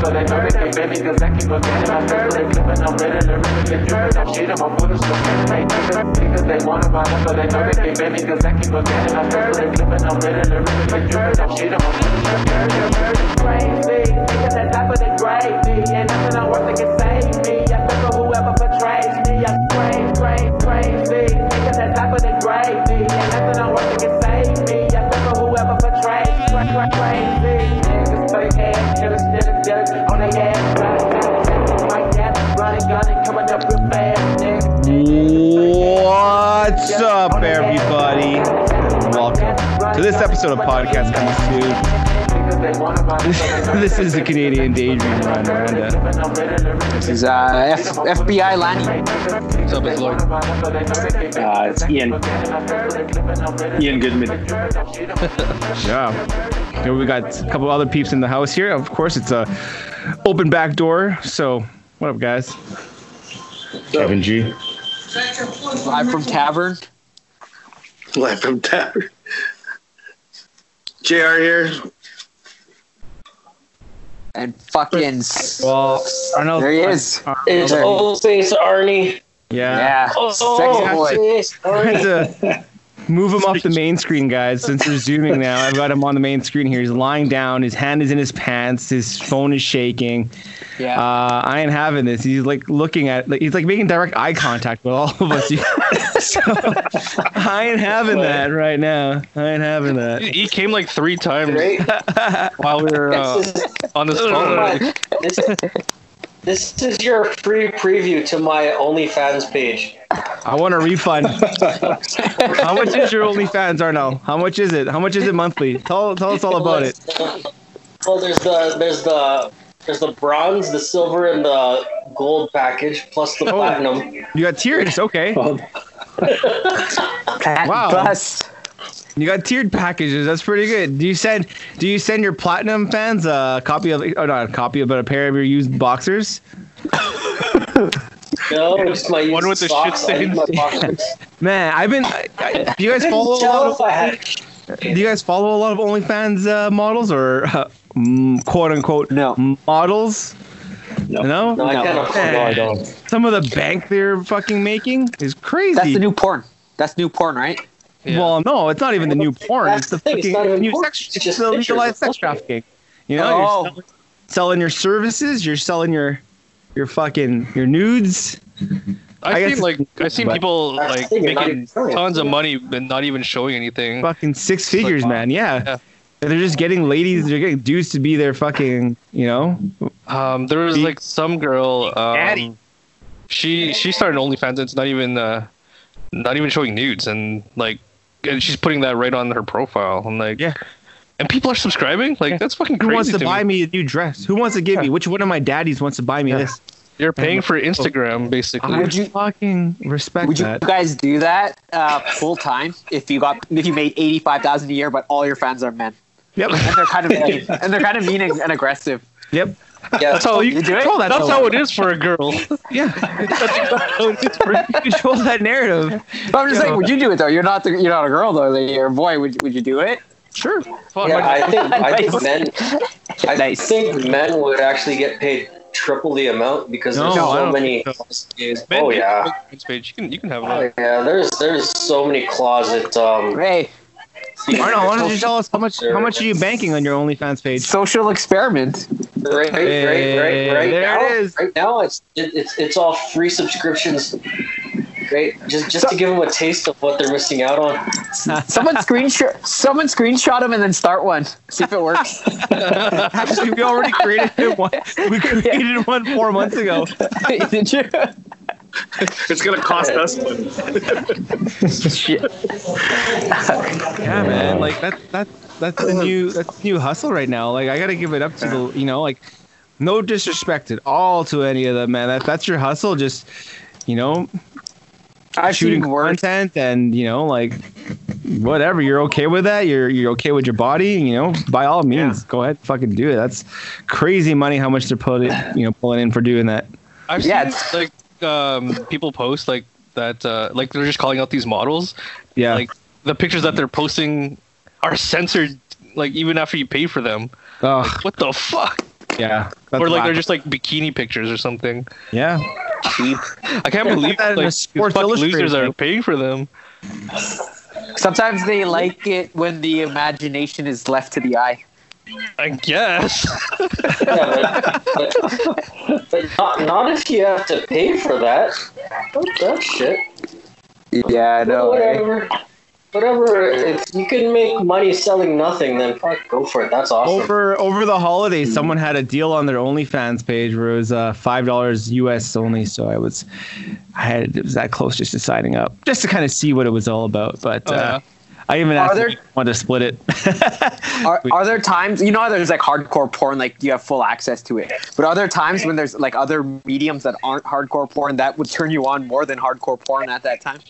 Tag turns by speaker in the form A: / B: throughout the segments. A: American, baby, cause I keep on getting my first They clipping, I'm ready to rip it, get drippin' I'm cheating, my foot is so fast, they trippin' Niggas, they wanna buy them, but they know they can't baby Cause I keep on getting my first They clipping, I'm ready to rip it, get drippin' I'm cheating, my foot is so fast, they trippin' Crazy, niggas that die for the gravy And nothing on earth that can save me I fuck with whoever betrays me I'm crazy, crazy, crazy Niggas that die for the gravy And nothing on earth that can save me I fuck with whoever betrays me I'm Crazy, niggas fake ass killers, niggas dirt on their ass Running, running, running like that Running, gunning, coming up real fast, nigga
B: What's up, everybody? Welcome to this episode of Podcast Coming Soon. This is the Canadian Daydream, Ryan Miranda.
C: This is uh, F- FBI Lanny.
D: What's up, it's Lloyd.
E: Uh, it's Ian.
D: Ian Goodman.
B: Yeah, and we got a couple other peeps in the house here. Of course, it's a open back door. So, what up, guys?
F: Kevin G.
C: Live from Tavern.
E: Live from Tavern. JR here.
C: And fucking. s-
B: Well, Arnold.
C: There he is.
G: It's
C: Okay.
G: old face Arnie.
B: Yeah.
C: Yeah.
G: Oh.
C: Sexy
G: old
C: boy.
G: face
B: I had
G: Arnie.
B: to move him off the main screen, guys. Since we're zooming now, I've got him on the main screen here. He's lying down. His hand is in his pants. His phone is shaking.
C: Yeah.
B: Uh, I ain't having this. He's like looking at, like, he's like making direct eye contact with all of us. so, I ain't having that right now. I ain't having that.
D: He came like three times
G: Right?
D: while we were uh,
G: This is-
D: on this
G: my-
D: phone.
G: this, this is your free preview to my OnlyFans page.
B: I want a refund. How much is your OnlyFans, Arno? How much is it? How much is it monthly? Tell tell us all about it.
G: Well, there's the there's the there's the bronze, the silver, and the gold package, plus the
B: Oh.
G: platinum.
B: You got tiers, okay?
C: Patent
B: wow.
C: Plus.
B: You got tiered packages. That's pretty good. Do you send Do you send your platinum fans a copy of, oh not a copy, but a pair of your used boxers?
G: No, just my
D: One with the shit
G: socks. I need
D: stains.
G: my boxers.
B: Man, I've been. I, I, do you guys follow a lot
G: Tell
B: of
G: if I had-
B: Do you guys follow a lot of OnlyFans uh, models or uh, mm, quote unquote
C: No.
B: models? No.
G: No, I
C: No.
G: can't afford
B: Man,
G: it.
B: Some of the bank they're fucking making is crazy.
C: That's the new porn. That's new porn, right?
D: Yeah.
B: Well, no, it's not even the new porn.
G: That's
B: It's the
G: the thing, it's
B: fucking
G: not even
B: new
G: porn,
B: sex.
G: it's
B: it's
G: just
B: the
G: pictures
B: legalized
G: of
B: sex
G: porn.
B: trafficking. You know, you're
C: Oh.
B: selling, selling your services. You're selling your your fucking your nudes. I
D: I've
B: guess
D: seen like I've seen
B: but-
D: people
G: That's
D: like
G: the thing, you're not
D: making
G: even showing it.
D: tons of money and not even showing anything.
B: fucking six
D: like,
B: figures,
D: wow.
B: man. Yeah.
D: Yeah.
B: They're just getting ladies. They're getting dudes to be their fucking. You know.
D: Um, there was
B: Be-
D: like some girl.
B: Daddy.
D: Um, she she started OnlyFans. And it's not even uh, not even showing nudes and like, and she's putting that right on her profile. And like,
B: Yeah.
D: and people are subscribing. Like that's fucking
B: Who
D: crazy.
B: wants to,
D: to
B: buy me.
D: me.
B: a new dress? Who wants to give me? Which one of my daddies wants to buy me
D: Yeah.
B: this?
D: You're paying for Instagram basically.
B: I Oh. you fucking respect
C: Would you
B: that?
C: guys do that uh, full time if you got if you made eighty five thousand a year, but all your fans are men
B: Yep.
C: and they're kind of mean, and they're kind of mean and, and aggressive?
B: Yep.
G: Yeah.
D: That's how you,
C: You do it?
D: control that. That's
B: though. Oh,
D: how it is for a girl.
B: Yeah. You control that narrative.
C: But I'm just saying, would you do it though? You're not the, you're not a girl though. You're a boy. Would would you do it?
B: Sure.
D: Fuck,
G: Yeah,
D: like,
G: I think I
C: Nice.
G: think men I
C: Nice.
G: think men would actually get paid triple the amount because
B: No,
G: there's
B: I
G: so
B: don't
G: many.
B: think
D: man,
G: Oh
D: you can
G: yeah,
D: make a page. You can you can have
G: oh
D: that.
G: yeah. There's there's so many closet. Um,
C: Hey,
B: Arno, why don't you tell us how much how much are you banking on your OnlyFans page?
C: social experiment.
G: right, right, right, right, right
B: There
G: now,
B: it is.
G: right now it's it, it's it's all free subscriptions. Great, just just to give them a taste of what they're missing out on.
C: Someone screenshot someone screenshot them and then start one. See if it works.
G: Oh,
B: Actually, we already created it one. We created one four months ago.
C: Did you?
E: It's gonna cost us money.
B: Yeah, man. Like that that that's the new that's the new hustle right now. Like I gotta give it up to the you know like no disrespect at all to any of them, man. If that's your hustle, just you know
C: I've
B: shooting
C: seen worse.
B: content and you know like whatever you're okay with that you're you're okay with your body you know by all means go ahead and fucking do it that's crazy money how much they're pulling you know pulling in for doing that
D: I've
C: Yeah, it's-
D: seen like um, people post like that. Uh, like they're just calling out these models.
B: yeah
D: Like the pictures that they're posting are censored. Like even after you pay for them.
B: Ugh.
D: What the fuck?
B: Yeah.
D: or like they're just like bikini pictures or something.
B: yeah.
D: I can't
B: Yeah,
D: believe
B: that in a
D: like, these
B: Sports
D: fucking
B: Illustrated
D: losers are
B: thing.
D: paying for them.
C: Sometimes they like it when the imagination is left to the eye.
D: I guess.
G: Yeah, but, but, but not, not if you have to pay for that. Fuck that shit.
C: Yeah, no.
G: whatever. Whatever. If you can make money selling nothing, then fuck, go for it. That's awesome.
B: Over over the holidays, someone had a deal on their OnlyFans page where it was uh, five dollars US only. So I was, I had it was that close just to signing up, just to kind of see what it was all about. But uh,
D: Uh,
B: I even
C: Oh, Are
B: asked
C: there-
B: if you want to split it.
C: Are, are there times you know how there's like hardcore porn like you have full access to it but are there times when there's like other mediums that aren't hardcore porn that would turn you on more than hardcore porn at that time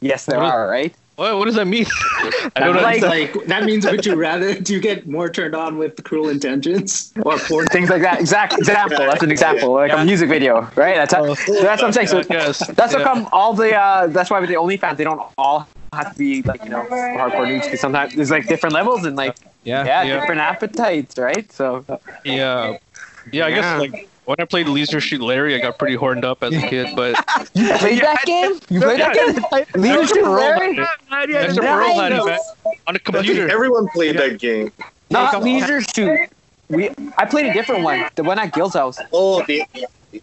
C: yes there
D: What is-
C: are right
D: what, what does that mean? I don't
C: Like-
D: understand.
H: like that means would you rather do you get more turned on with cruel intentions or porn?
C: things like that exact example that's an example like a music video right that's
H: Oh.
C: how, so that's what i'm saying so
D: I guess.
C: that's how
D: Yeah.
C: come all the uh that's why with the OnlyFans they don't all have to be like you know hardcore nudes 'cause sometimes there's like different levels and like
B: yeah.
C: yeah,
D: Yeah.
C: different appetites right so
D: Yeah. Yeah, I
C: Yeah.
D: guess like when I played Leisure Shoot Larry, I got pretty horned up as a kid, but
C: you played that game you played that game Leadership Larry? Nice.
D: That's a real had it, man. On a computer.
E: Everyone played that game.
C: Not Leisure Suit. We I played a different one, the one at Gil's house,
E: Oh, the,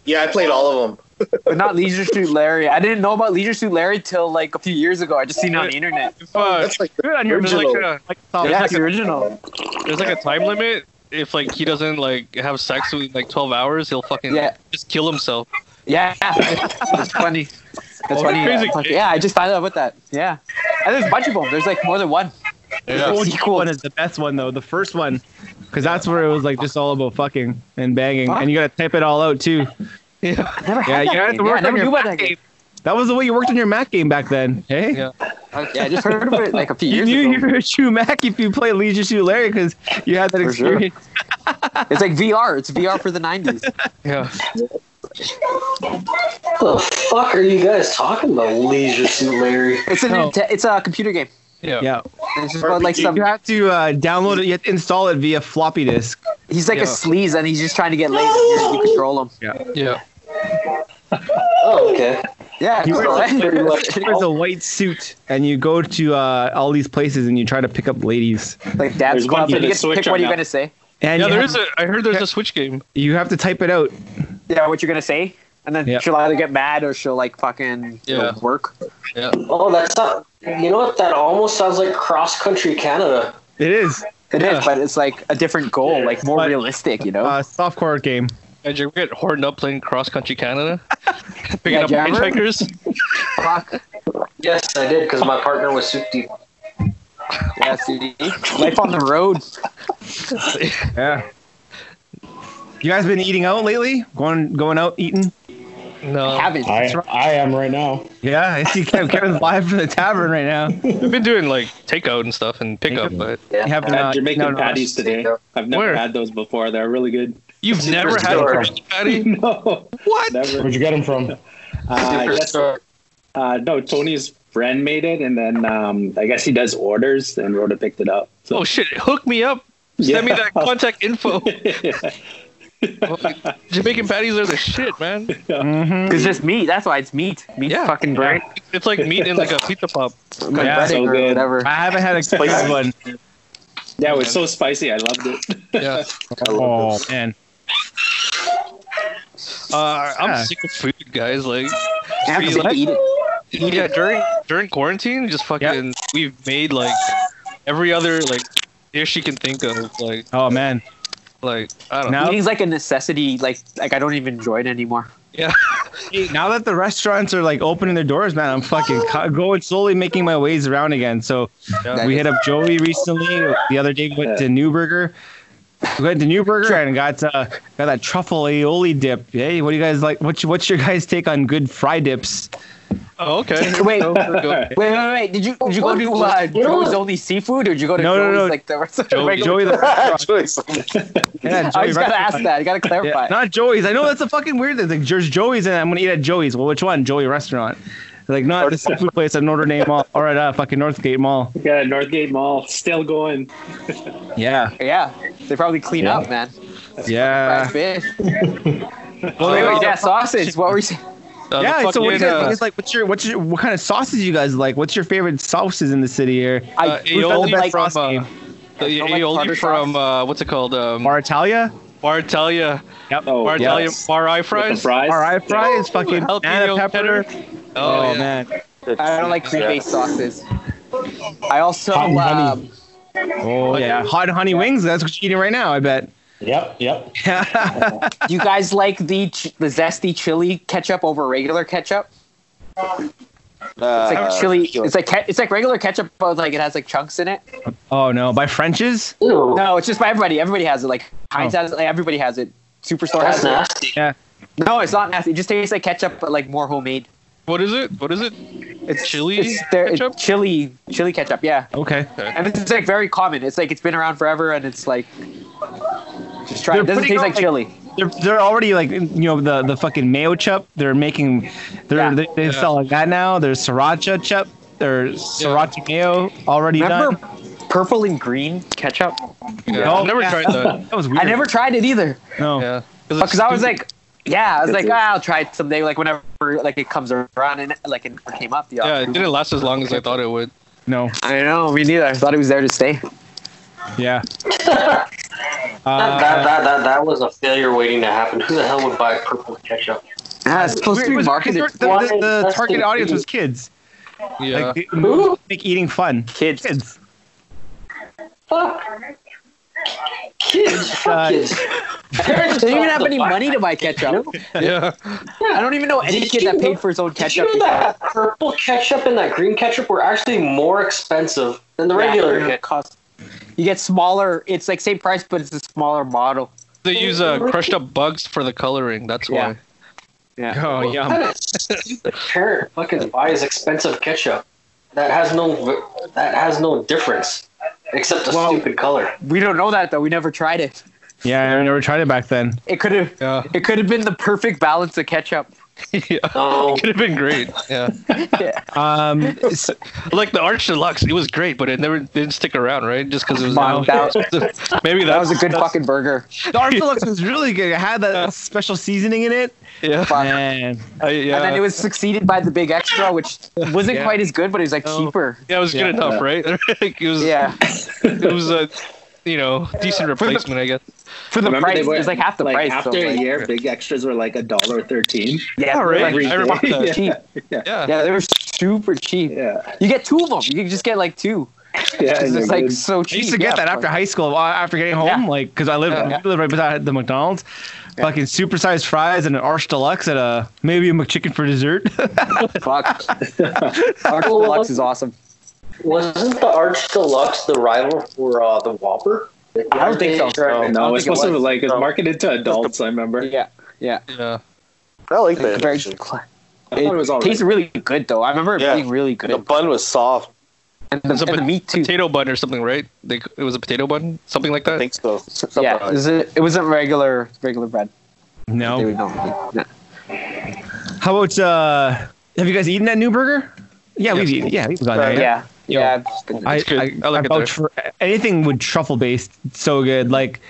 E: yeah, I played all of them.
C: but not Leisure Suit Larry. I didn't know about Leisure Suit Larry till like a few years ago. I just seen it on the internet.
H: Uh,
D: Fuck.
E: That's like
D: Good on your- There's like,
E: original.
D: Oh, a,
C: Yeah, it's the original.
D: there's like a time limit. If like he doesn't like have sex within like 12 hours, he'll fucking
C: Yeah.
D: just kill himself.
C: Yeah, that's funny. That's
D: Oh,
C: funny.
D: crazy.
C: Yeah, fuck, yeah, I just found out about that. Yeah, and there's a bunch of them. There's like more than one.
B: The OG one is the best one though. The first one, because that's where it was like just all about fucking and banging, and you gotta type it all out too.
C: I never
B: Yeah, you
C: had that
B: had
C: game.
B: to
C: yeah,
B: work
C: I
B: on
C: never
B: your
C: knew about that game.
B: That was the way you worked on your Mac game back then. Hey,
D: Yeah.
C: Uh, Yeah, I just heard of it like a few
B: you
C: years
B: knew
C: ago.
B: you were a true Mac if you played Leisure Suit Larry because you had that
C: For sure.
B: experience.
C: It's like VR. It's VR for the '90s.
D: Yeah.
G: What the fuck are you guys talking about, Leisure Suit Larry?
C: It's an
B: No.
C: it's a computer game.
D: Yeah.
B: Yeah,
C: And it's just about like
E: RPG.
C: some.
B: you had to uh, download it. You had to install it via floppy disk.
C: He's like
D: Yeah.
C: a sleaze, and he's just trying to get laid. and You control him.
D: Yeah.
G: Oh, okay.
C: Yeah,
B: You
C: cool,
B: were
C: right?
G: pretty much-
B: There's a white suit, and you go to uh, all these places and you try to pick up ladies.
C: like dad's
H: There's one
C: club.
H: for
C: and
H: the
C: You get to
H: Switch
C: pick what
H: right
C: you're
H: now.
C: gonna say.
B: And
D: Yeah,
B: you,
D: there
B: have,
D: is a. I heard there's a Switch game.
B: you have to type it out.
C: Yeah, what you're gonna say, and then
B: Yeah.
C: she'll either get mad or she'll like fucking you know,
D: Yeah.
C: work.
G: Oh, that's not. You know what? That almost sounds like cross country Canada.
B: It is
C: It is,
D: Yeah.
C: but it's like a different goal, like more
B: But- uh,
C: realistic, you know.
B: a softcore game.
D: Did you ever get horned up playing cross country Canada? Picking
C: Yeah,
D: up
C: Jammer?
D: hitchhikers?
C: Fuck.
G: Yes, I did because my partner was soup deep.
C: Yeah, CD. Life on the road.
B: Yeah. You guys been eating out lately? Going going out eating?
D: No.
C: Haven't.
F: I, I am right now.
B: Yeah, I see Kev- Kevin's live from the tavern right now.
D: I've been doing like takeout and stuff and pickup, but
B: You have uh,
H: I had Jamaican
B: no, no,
H: patties today. I've never
D: Where?
H: had those before. They're really good.
D: you've never had
G: store.
D: a turkey patty?
H: no,
D: What?
H: never.
F: Where'd you get them from?
H: Uh, I guess, uh, no, Tony's friend made it, and then um, I guess he does orders, and Rhoda picked it up. So.
D: Oh shit! Hook me up. Send me that contact info. Jamaican patties are the shit, man.
H: Mm-hmm.
B: Mhm.
C: It's just meat. That's why it's meat. Meat
D: Yeah.
C: fucking bread.
D: It's like meat in like a pizza pop.
C: Like
B: Yeah.
C: breading
H: So
C: or
H: good.
C: whatever.
B: I haven't had a good one.
H: yeah, it was so spicy. I loved it.
D: Yeah.
B: Oh man.
D: Uh, I'm
B: Yeah.
D: sick of food, guys. Like,
C: Yeah,
D: we,
C: because you
D: like-
C: eat it.
D: yeah, during during quarantine, just fucking, we've made like every other like dish you can think of. Like,
B: Oh man.
D: like I don't know.
B: Now,
C: Eating's like a necessity. Like like I don't even enjoy it anymore.
D: Yeah,
B: now that the restaurants are like opening their doors, man, I'm fucking co- going slowly making my ways around again. So
D: Yeah.
B: we hit up Joey recently. The other day we went to Newburger. We went to Newburger and got uh, got that truffle aioli dip. Hey, what do you guys like? What's what's your guys take on good fry dips?
D: Oh, okay.
C: Wait.
D: Go-
C: Wait, wait, wait! Did you did you go to uh, Joe's Only Seafood, or did you go to
B: No, no,
C: Joe's
B: no.
C: like the rest of
D: Joey-
C: regular-
B: Joey the yeah, Joey
C: I just gotta ask
B: restaurant.
C: that. I gotta
B: Yeah,
C: clarify.
B: not Joey's. I know that's a fucking weird thing. Like, there's Joey's, and I'm gonna eat at Joey's. Well, which one? Joey restaurant. Like not the seafood place at Notre Dame Mall or at uh, fucking Northgate Mall.
H: Yeah, Northgate Mall still going.
B: Yeah.
C: yeah, they probably clean
F: Yeah.
C: up, man.
B: Yeah. Uh,
C: Fried fish.
D: Well,
C: Wait,
D: they
C: wait,
D: all-
C: yeah, sausage. What were you saying?
D: uh, the
B: yeah. So what do you
D: Uh, fucking,
B: guys?
D: uh,
B: it's like, what's your what's your what kind of sauces you guys like? What's your favorite sauces in the city here?
C: I
D: Uh,
C: who's got
D: aioli
C: the best
D: from,
C: sauce
D: uh,
C: game?
D: the
C: don't like
D: aioli
C: tartar
D: from uh, what's it called? Um,
B: Bar Italia?
D: Bartelia.
H: Oh,
D: Bartelia.
H: yes.
D: Bar eye
H: With the
D: fries.
H: fries.
B: All right, fry is fucking
D: Jalapeno
B: banana pepper.
D: Oh, yeah.
B: man.
C: I don't like cream-based sauces. I also
F: Hot and honey.
C: um,
B: Oh yeah, hot honey wings. That's what you're eating right now, I bet.
F: Yep, yep.
C: Do you guys like the ch- the zesty chili ketchup over regular ketchup? It's like chili. uh, It's like ke- it's like regular ketchup, but like it has like chunks in it.
B: oh no, by French's?
G: Ew,
C: No, it's just by everybody. Everybody has it. Like Heinz
B: Oh.
C: has it. Like everybody has it. Superstore
G: that's
C: has it.
G: nasty.
C: No, it's not nasty. It just tastes like ketchup, but like more homemade.
D: What is it? What is it?
C: It's
D: Chili
C: It's, there, it's
D: ketchup?
C: chili chili ketchup. Yeah,
B: Okay.
C: and it's like very common. It's like it's been around forever, and it's like just try.
B: They're
C: It. it
B: putting
C: doesn't taste
B: out,
C: like
B: like-
C: chili.
B: They're, they're already like you know the the fucking mayo chup. They're making they're
C: Yeah.
B: they, they
D: Yeah.
B: sell like that now. There's sriracha chup. There's sriracha mayo already
C: Remember
B: done.
C: purple and green ketchup?
D: Yeah.
B: Oh,
D: I've never
B: yeah.
D: tried that.
B: That was weird.
C: I never tried it either.
B: No.
D: Yeah.
C: because Oh, I was like, yeah, I was
H: It's
C: like,
H: a-
C: ah, I'll try it someday. Like whenever like it comes around and like uh, it came up. The
D: yeah, it didn't last as long as I thought it would.
B: No.
C: I know. Me neither. I thought it was there to stay.
B: Yeah.
G: That, that,
B: Uh,
G: that, that, that was a failure waiting to happen. Who the hell would buy purple ketchup?
C: Ah, it's supposed to
B: it
C: be
B: was-
C: marketed
B: the,
C: to
B: the, the
G: That's
B: target
G: the-
B: audience was kids.
D: Yeah.
B: Like, they- they wanted to make eating fun.
C: kids.
B: Kids.
G: Fuck. Kids. Fuck
B: Uh,
G: kids.
C: I
G: Parents
C: didn't even
G: don't
C: have any
G: buy
C: money to buy ketchup.
D: yeah.
C: I don't even know any
G: Did
C: kid
G: you
C: that
G: know-
C: paid for his own
G: Did you
C: ketchup.
G: know that purple ketchup and that green ketchup were actually more expensive than the
C: Yeah,
G: regular
C: it
G: ketchup?
C: costs- You get smaller. It's like same price, but it's a smaller model.
D: They use uh, crushed up bugs for the coloring. That's
C: Yeah.
D: why.
B: Oh
G: What
B: yum.
G: kind of stupid parent fucking buys expensive ketchup that has no that has no difference except a
C: Well-
G: stupid color?
C: We don't know that though. We never tried it.
B: Yeah, I never tried it back then.
C: It could have.
D: Yeah.
C: It could have been the perfect balance of ketchup.
D: yeah.
G: No,
D: Could have been great. Yeah.
B: Um, s-
D: Like the Arch Deluxe, it was great, but it never didn't stick around, right? Just because it was
C: Wow,
D: maybe
C: That
D: that's,
C: was a good
D: that's-
C: fucking burger.
B: the Art Deluxe was really good. It had that special seasoning in it.
D: Yeah.
C: Fuck.
B: Man,
D: I- yeah.
C: And then it was succeeded by the Big Extra, which wasn't
B: Yeah.
C: quite as good, but it was like
D: No.
C: cheaper.
D: yeah, it was
B: Yeah.
D: good enough, right? like, it was.
C: Yeah,
D: It was a, you know, decent replacement, I guess.
C: for the
H: Remember
C: price,
H: they
C: it
H: were-
C: was like half the
H: like
C: price.
H: after
C: so,
H: a
C: like,
H: year, big extras were like a dollar thirteen.
C: yeah,
D: All right.
C: they were,
D: I remember
C: like,
D: that.
C: cheap.
D: Yeah.
C: Yeah, they were super cheap.
H: Yeah,
C: You get two of them. You can just get like two.
H: yeah.
C: It's
H: and
C: just
H: you're
C: like
H: good.
C: so
B: I
C: cheap.
B: used to get
C: Yeah,
B: that after
C: fuck.
B: high school, uh, after getting home,
C: Yeah.
B: like because I lived,
D: Yeah.
B: I lived right beside the McDonald's. Fucking supersized fries and an Arch Deluxe and a maybe a McChicken for dessert.
C: Fuck. Arch Deluxe is awesome.
G: wasn't the Arch Deluxe the rival for uh, the Whopper?
C: I don't think so.
G: Right.
H: no, it's supposed to be like it's
E: No.
H: marketed to adults. I remember.
C: Yeah, yeah.
D: Yeah.
E: I like that.
C: Very.
E: actually.
H: I thought it was all
C: It tasted really good though. I remember it
E: Yeah.
C: being really good.
E: The bun was soft.
C: And the,
D: It's a
C: and the
D: pot-
C: meat too.
D: Potato bun or something, right? They, it was a potato bun, something like
E: I
D: that.
E: think so.
C: Yeah, it, was a, it wasn't regular regular bread. They
B: no.
C: would normally- no.
B: How about uh, have you guys eaten that new burger? Yeah, we've eaten. Yeah, we've got
E: Uh,
B: that.
C: Yeah,
B: Yo.
C: yeah. it's been-
B: I,
D: It's good.
B: I,
D: I like
B: I
D: it
B: vouch for anything with truffle based. So good, like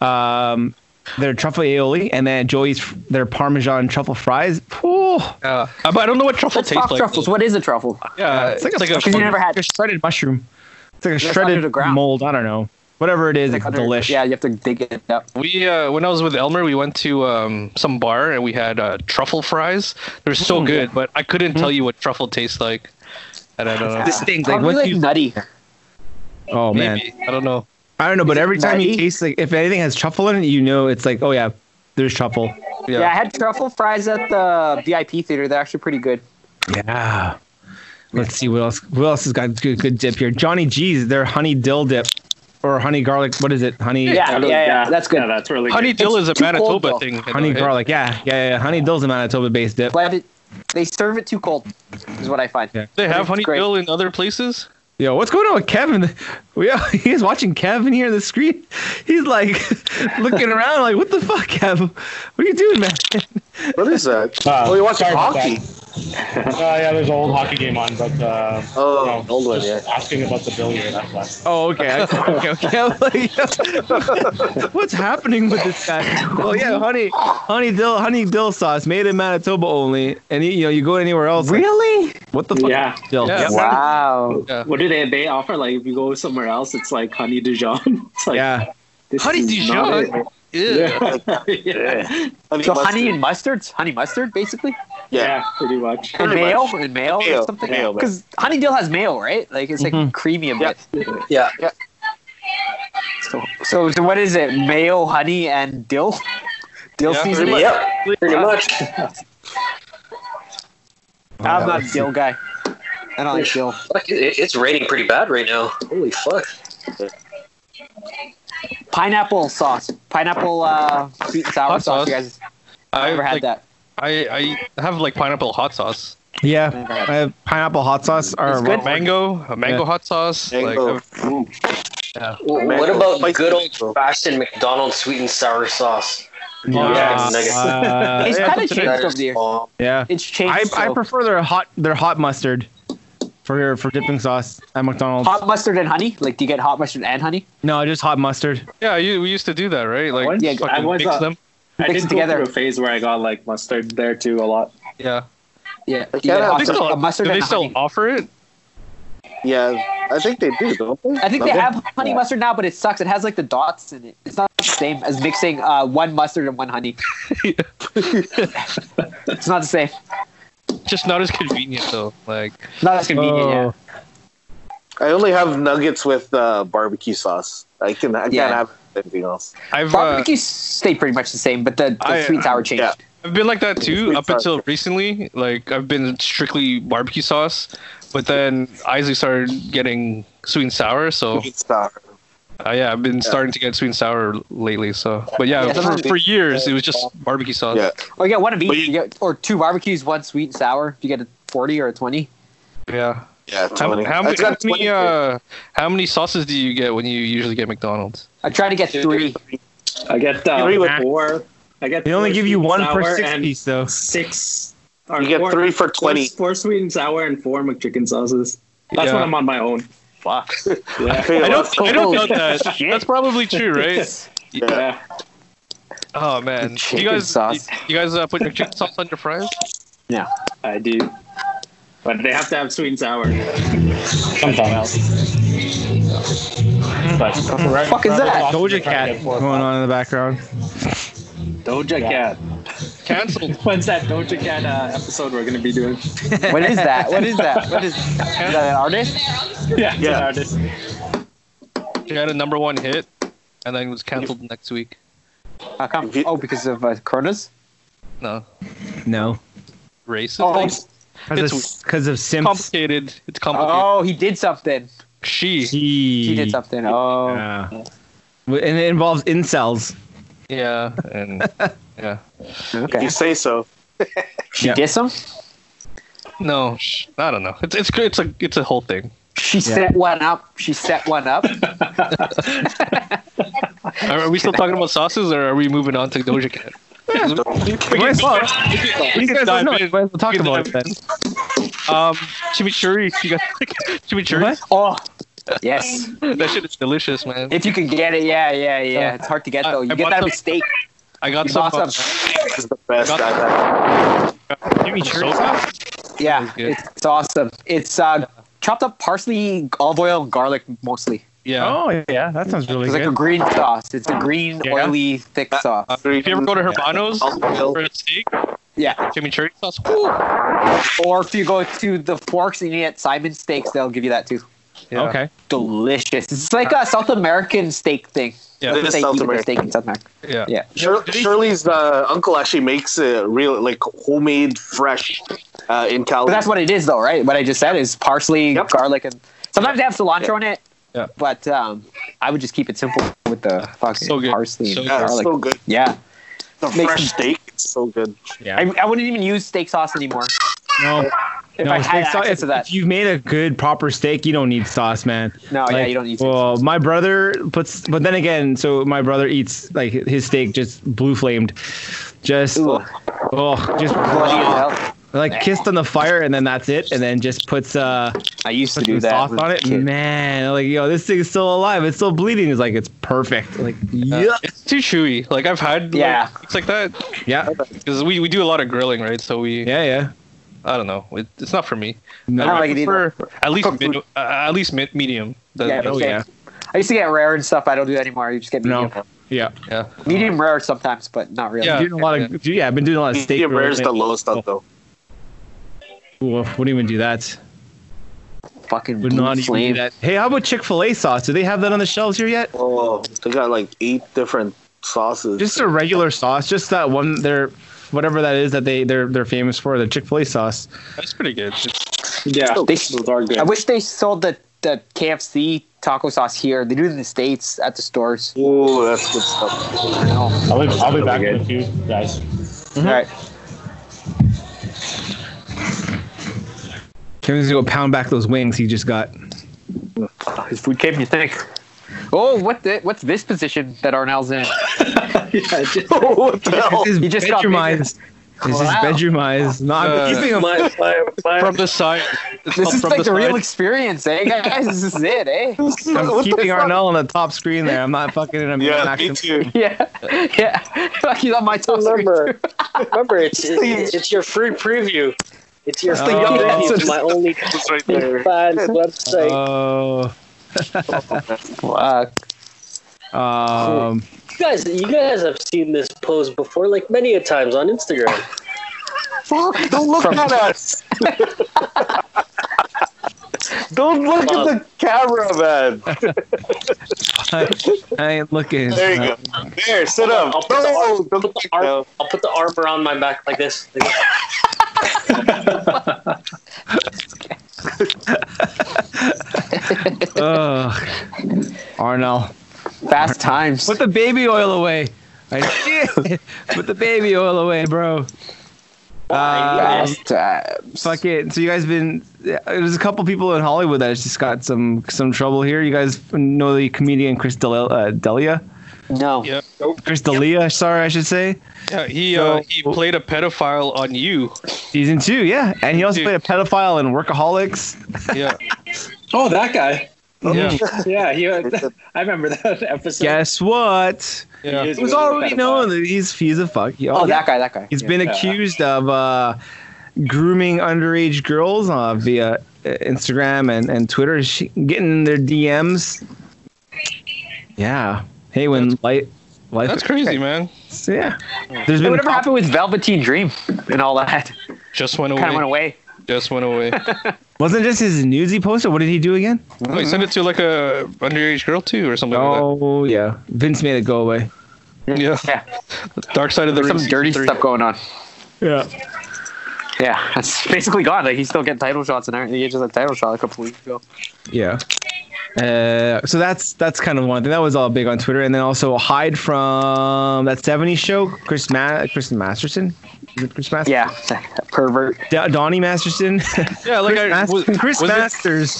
B: um, their truffle aioli and then Joey's f- their Parmesan truffle fries. Ooh,
D: Yeah. Uh, but I don't know what truffle
C: Let's
D: tastes
C: talk
D: like.
C: truffles. What is a truffle?
D: Yeah,
B: it's like a,
C: Because you never had
B: a shredded mushroom. It's like a
C: That's
B: shredded
C: under the ground.
B: mold. I don't know. Whatever it is, it's
C: under-
B: delish.
C: Yeah, you have to dig it up.
D: We uh, when I was with Elmer, we went to um, some bar and we had uh, truffle fries. They were
C: Mm.
D: so good, but I couldn't tell you what truffle tastes like. And I don't know.
B: This thing's like,
C: Probably
B: once
C: like
B: you-
C: nutty.
B: oh man,
D: Maybe I don't know.
B: I don't know. But
C: it
B: every time you
C: nutty?
B: taste like, if anything has truffle in it, you know it's like, oh yeah, there's truffle.
D: Yeah.
C: Yeah. I had truffle fries at the VIP theater. They're actually pretty good.
B: Yeah. Let's see what else. What else has got good, good dip here? Johnny G's their honey dill dip, or honey garlic. What is it? Honey.
C: Yeah, yeah, yeah, That's
H: Yeah,
C: good.
H: that's really
D: Honey
H: good.
D: dill is a
C: too cold,
D: Manitoba
C: though.
D: thing. you know, eh?
B: Honey
D: right?
B: garlic. Yeah, yeah, yeah. Honey dill's a Manitoba based dip.
C: But it, they serve it too cold, is what I find.
B: Yeah.
D: They have
C: It's
D: honey
C: great.
D: dill in other places.
B: Yo, what's going on with Kevin? Yeah, he's watching Kevin here on the screen. He's like looking around, like, what the fuck, Kev? What are you doing, man?
E: What is that?
F: Uh,
E: oh, you're watching
F: sorry about
E: hockey.
F: that. Uh, yeah, there's an old hockey game on, but uh,
E: Oh,
F: no,
E: old one,
F: just asking about the bill here. That's why.
B: Oh, okay. okay, okay. I'm like, what's happening with this guy? Well, yeah, honey, honey dill, honey dill sauce made in Manitoba only, and you, you know you go anywhere else. like,
C: Really?
B: what the fuck?
H: Yeah.
B: is Dill?
D: Yeah.
B: Yep.
C: Wow.
H: What do they they offer? Like if you go somewhere else, it's like honey Dijon. It's like
B: Yeah.
H: this
D: Honey
H: is not
D: Dijon?
H: it.
D: Yeah.
H: Yeah. yeah.
E: Honey
C: So
E: mustard.
C: honey and mustards, honey mustard, basically,
E: Yeah.
H: yeah, pretty much.
C: and
E: Pretty
C: mayo,
E: much.
C: and mayo,
E: Mayo,
C: or something.
E: mayo, but-
C: Because honey dill has mayo, right? Like it's like
D: Mm-hmm.
B: Mhm.
C: creamy a bit.
E: Yeah.
C: So, so, so what is it? Mayo, honey, and dill. Dill
D: Yeah,
C: seasoning.
D: pretty
E: Yep.
G: Pretty much.
C: I'm not a dill guy. I don't like dill.
G: Fuck, it, it's rating pretty bad right now. Holy fuck.
C: Pineapple sauce, pineapple uh, sweet and sour
D: Hot
C: sauce.
D: sauce.
C: You guys
D: I
C: never had
D: like,
C: that?
D: I I have like pineapple hot sauce,
B: Yeah. I have pineapple hot sauce or
C: It's good.
D: mango, a mango
B: Yeah.
D: hot sauce.
E: Mango.
D: Like, um,
E: Mm.
G: W-
E: Man,
G: what about
E: spicy
G: good old
E: mango.
G: fashioned McDonald's sweet and sour sauce?
B: Nah,
G: yeah, nuggets.
B: uh,
C: It's
B: yeah,
C: kind of changed over the years.
E: Um,
B: yeah.
C: It's
B: I,
C: changed.
B: I
C: so-
B: prefer their hot their hot mustard for for dipping sauce at McDonald's.
C: hot mustard and honey. Like, do you get hot mustard and honey?
B: No, just hot mustard.
D: yeah, you, we used to do that, right? Like,
C: Yeah,
D: fucking
H: I was,
D: mix
H: uh,
D: them.
H: I
C: Mixed
H: did go
C: together.
H: through a phase where I got like mustard there too a lot.
D: Yeah.
C: Yeah, you
E: Yeah,
C: get
E: I
C: hot
D: Do they
C: mustard,
D: still,
C: a mustard
D: do they
C: and
D: still
C: honey.
D: offer it?
E: yeah. I think they do, don't they?
C: I think
E: Don't
C: they have honey mustard now, but it sucks. It has like the dots in it. It's not the same as mixing uh, one mustard and one honey. it's not the same.
D: Just not as convenient though. Like,
C: Not as convenient. Yeah.
B: Oh.
E: I only have nuggets with uh, barbecue sauce. I can. I
C: Yeah.
E: can't have anything else.
D: I've uh,
C: Barbecue stay pretty much the same, but the, the
D: I-
C: sweet and sour changed.
E: yeah.
D: I've been like that too
E: Sweet
D: up
E: sour.
D: until recently. Like I've been strictly barbecue sauce, but then Isley started getting sweet and sour. So
E: Sweet sour.
D: uh, yeah, I've been starting to get sweet and sour lately. So, but yeah,
C: Yeah,
D: for,
C: sometimes-
D: for years it was just barbecue sauce.
E: Yeah.
C: Or you get Oh, one of each,
E: But
C: you,
E: you-
C: get, or two barbecues, one sweet and sour. If you get a forty or a twenty,
D: yeah.
E: Yeah.
D: How,
E: Tony.
D: how
E: I
D: many,
E: got
D: how, many
E: 20.
D: uh, how many sauces do you get when you usually get McDonald's?
C: I try to get three.
H: I get
E: Three
H: uh,
E: with-
H: four. I get.
B: They only
H: four
B: give you
H: sweet
B: one
H: and
B: per
H: sour
B: six
H: and
B: piece though.
H: Six. Or
E: You get
H: four-
E: three for
H: four-
E: twenty.
H: four sweet and sour and four McChicken sauces. That's
D: Yeah.
H: when I'm on my own.
C: Fuck.
H: Yeah.
D: I don't, I don't
C: Holy
D: doubt that. That's probably true, right?
H: yeah.
D: Oh man,
C: Chicken
D: you guys,
C: sauce.
D: you guys uh, put your chicken sauce on your fries?
H: I do. But they have to have sweet and sour.
F: Sometimes. But
C: Mm-hmm. fuck is that?
B: Doja Cat going on in the background.
H: Doja
F: Yeah.
H: Cat.
D: Cancelled.
H: When's that Doja Cat uh, episode we're gonna be doing?
C: What is that? What is that? What is, is that an artist?
H: Yeah. it's an
E: Yeah.
H: artist.
D: She had a number one hit, and then was cancelled next week.
C: How come? Oh, because of uh, Coronas.
D: No,
B: No,
D: racist.
C: Oh,
D: It's It's
B: because of simps.
D: complicated. It's complicated.
C: oh, he did something.
D: she.
B: He,
C: He did something. Oh,
B: Yeah. W- and it involves incels.
D: Yeah, and yeah.
E: You
D: uh,
C: okay.
E: say so.
C: She
B: Yeah.
C: did some.
D: No, sh- I don't know. It's it's good. It's a it's a whole thing.
C: She set one up. She set one up.
D: Are, are we still talking about sauces, or are we moving on to Doja Cat?
B: We might as well. You guys
D: dive
B: know,
D: in.
B: we might as well talk
D: We can
B: about it
D: dive
B: then.
D: Um, chimichurri. You got chimichurri?
C: Oh, yes.
D: That shit is delicious, man.
C: If you can get it, yeah, yeah, yeah. It's hard to get
D: I-
C: though. You
D: I
C: get
D: bought
C: that
D: some-
C: mistake.
D: I got
C: You
D: some.
C: bought
D: Uh,
C: some.
E: This is the best
D: Got-
E: I've had.
B: Chimichurri sauce?
C: Yeah,
D: good.
C: it's awesome. It's uh, chopped up parsley, olive oil, and garlic mostly.
D: yeah.
B: Oh yeah, that sounds really
C: It's like a
B: good.
C: green sauce. It's a green,
D: Yeah.
C: oily, thick
E: Uh,
C: sauce.
D: Uh, if you ever go to Hermanos
E: Olive
D: for a steak,
C: Yeah.
D: chimichurri sauce.
C: Or if you go to the Forks and you get Simon Steaks, they'll give you that too.
D: Yeah.
B: Okay.
C: Delicious. It's like a South American steak thing. That's
D: Yeah.
C: what
E: It is
C: they
E: South
C: eat with
E: American.
C: steak in South America.
D: Yeah.
C: Yeah.
E: Shir- Shirley's uh, uncle actually makes it real, like homemade, fresh uh, in
C: But
E: California.
C: that's what it is, though, right? What I just said is parsley,
E: Yep.
C: garlic, and sometimes they have cilantro in it.
D: Yeah.
C: But um, I would just keep it simple with the fucking
D: So good.
C: parsley
D: So
C: and
E: yeah, it's
C: garlic.
E: so good.
C: yeah.
E: The
C: Makes-
E: fresh steak, it's so good.
C: I, I wouldn't even use steak sauce anymore.
B: No,
C: If
B: no,
C: I had
B: steak
C: access
B: sauce- if,
C: to that.
B: if you've made a good proper steak, you don't need sauce, man.
C: no, yeah,
B: Like,
C: you don't use steak
B: Well, my brother puts, but then again, so my brother eats like his steak just blue flamed, just
C: Ooh,
B: oh, just
C: bloody as hell.
B: Like kissed on the fire, and then that's it, and then just puts uh
C: I used to
B: puts
C: do
B: some
C: that.
B: sauce
C: with
B: on it.
C: kids.
B: Man, like yo, this thing's still alive. It's still bleeding. It's like it's perfect. Like
C: Uh,
B: yeah,
D: It's too chewy. Like I've had like,
C: Yeah.
D: it's like that
B: yeah,
D: because we, we do a lot of grilling, right? So we
B: yeah, yeah.
D: I don't know. It, it's not for me.
B: No.
C: I don't like it either.
D: At least
C: Cooked
D: mid, uh, at least mid, medium. That-
C: Yeah,
D: that's-
B: Oh yeah,
C: I used to get rare and stuff. I don't do that anymore. You just get medium.
B: no, yeah.
D: yeah.
C: Medium rare sometimes, but not really.
D: Yeah.
B: doing a lot of yeah. I've been doing a lot of steak.
E: Medium rare is the
B: grilling.
E: lowest stuff
C: Oh.
E: though.
B: Oof, wouldn't even do that.
C: Fucking
B: Would
C: blue
B: not even do
C: flame.
B: that. Hey, how about Chick Fil A sauce? Do they have that on the shelves here yet?
E: Oh, they got like eight different sauces.
B: Just a regular sauce, just that one. Their whatever that is that they they're they're famous for the Chick Fil A sauce.
D: That's pretty good. It's-
H: Yeah,
C: They-
H: those are good.
C: I wish they sold the, the KFC taco sauce here. They do it in the States at the stores.
E: oh, that's good stuff.
C: I know.
F: I'll be, I'll be back in a few, guys.
B: Mm-hmm.
C: All right.
B: Kevin's gonna go pound back those wings he just got.
C: His food came, you think? Oh, what the, what's this position that Arnell's in?
H: yeah, just,
E: what the hell?
B: His
C: Oh, he just got
B: bedroom
C: bigger.
B: eyes. This is
C: Wow.
B: bedroom eyes. No, I'm
D: Uh,
B: keeping him.
D: From the side. It's
C: Uh, This
D: called
C: is
D: from
C: like the, real
D: side.
C: experience, eh, guys? this is it, eh?
B: I'm keeping Arnell on the top screen there. I'm not fucking. I'm
E: Yeah,
B: not
E: me too.
C: Yeah, yeah. Fuck, He's on my top three,
G: Remember.
C: too.
G: Remember, it's, it's, it's your free preview. It's your free
B: Oh.
G: preview to my only
E: It's right there.
G: fans website.
B: Oh,
C: Fuck.
B: um,
G: you guys, you guys have seen this pose before, like many a times on Instagram.
E: Fuck, don't look at us. don't look at the camera, man.
B: I, I ain't looking.
E: There you go. There, sit up.
G: I'll put the
E: No, don't
G: Put
E: look
G: the
E: down.
G: arm, I'll put the arm around my back like this.
B: Ugh. Arnell,
C: Fast times.
B: put the baby oil away. I put the baby oil away, bro. Um,
C: Fast times.
B: Fuck it. So you guys been? yeah, There's a couple people in Hollywood that just got some some trouble here. You guys know the comedian Chris Del- uh, Delia,
C: No.
D: Yeah.
B: Chris Delia. Sorry, I should say
D: Yeah, he uh, he played a pedophile on you.
B: season two. Yeah, and he also
D: Dude.
B: played a pedophile in Workaholics.
D: Yeah.
H: oh, that guy.
D: Yeah.
H: Yeah, he, I remember that episode.
B: Guess what?
D: Yeah.
H: He
B: It was already known that he's he's a fuck.
C: Oh, that guy, that guy.
B: He's been
H: Yeah.
B: accused of uh, grooming underage girls uh, via uh, Instagram and, and Twitter, She- getting in their DMs. Yeah. Hey, when light, life.
D: That's crazy, man.
B: So, yeah. There's been.
C: Whatever happened with Velveteen Dream and all that?
D: Just went away.
C: Kind of went away.
D: Just went away.
B: Wasn't it just his nudes he posted? What did he do again?
D: Wait, send it to like a underage girl too, or something
B: Oh yeah, Vince made it go away.
D: like that. Yeah.
C: Yeah,
D: Dark side of the
C: there's
D: ring.
C: some dirty
D: season three.
C: stuff going on.
B: Yeah.
C: Yeah, that's basically gone. Like he's still getting title shots and everything. He just had a title shot a couple weeks ago.
B: Yeah. Uh, so that's that's kind of one thing that was all big on Twitter, and then also hide from that '70s show, Chris Ma- Chris Masterson, Is it Chris Masterson,
C: Yeah, pervert.
B: Da- Donnie Masterson,
D: Yeah, like
B: Chris,
D: I,
B: Mas-
D: was,
B: Chris
D: was it-
B: Masters.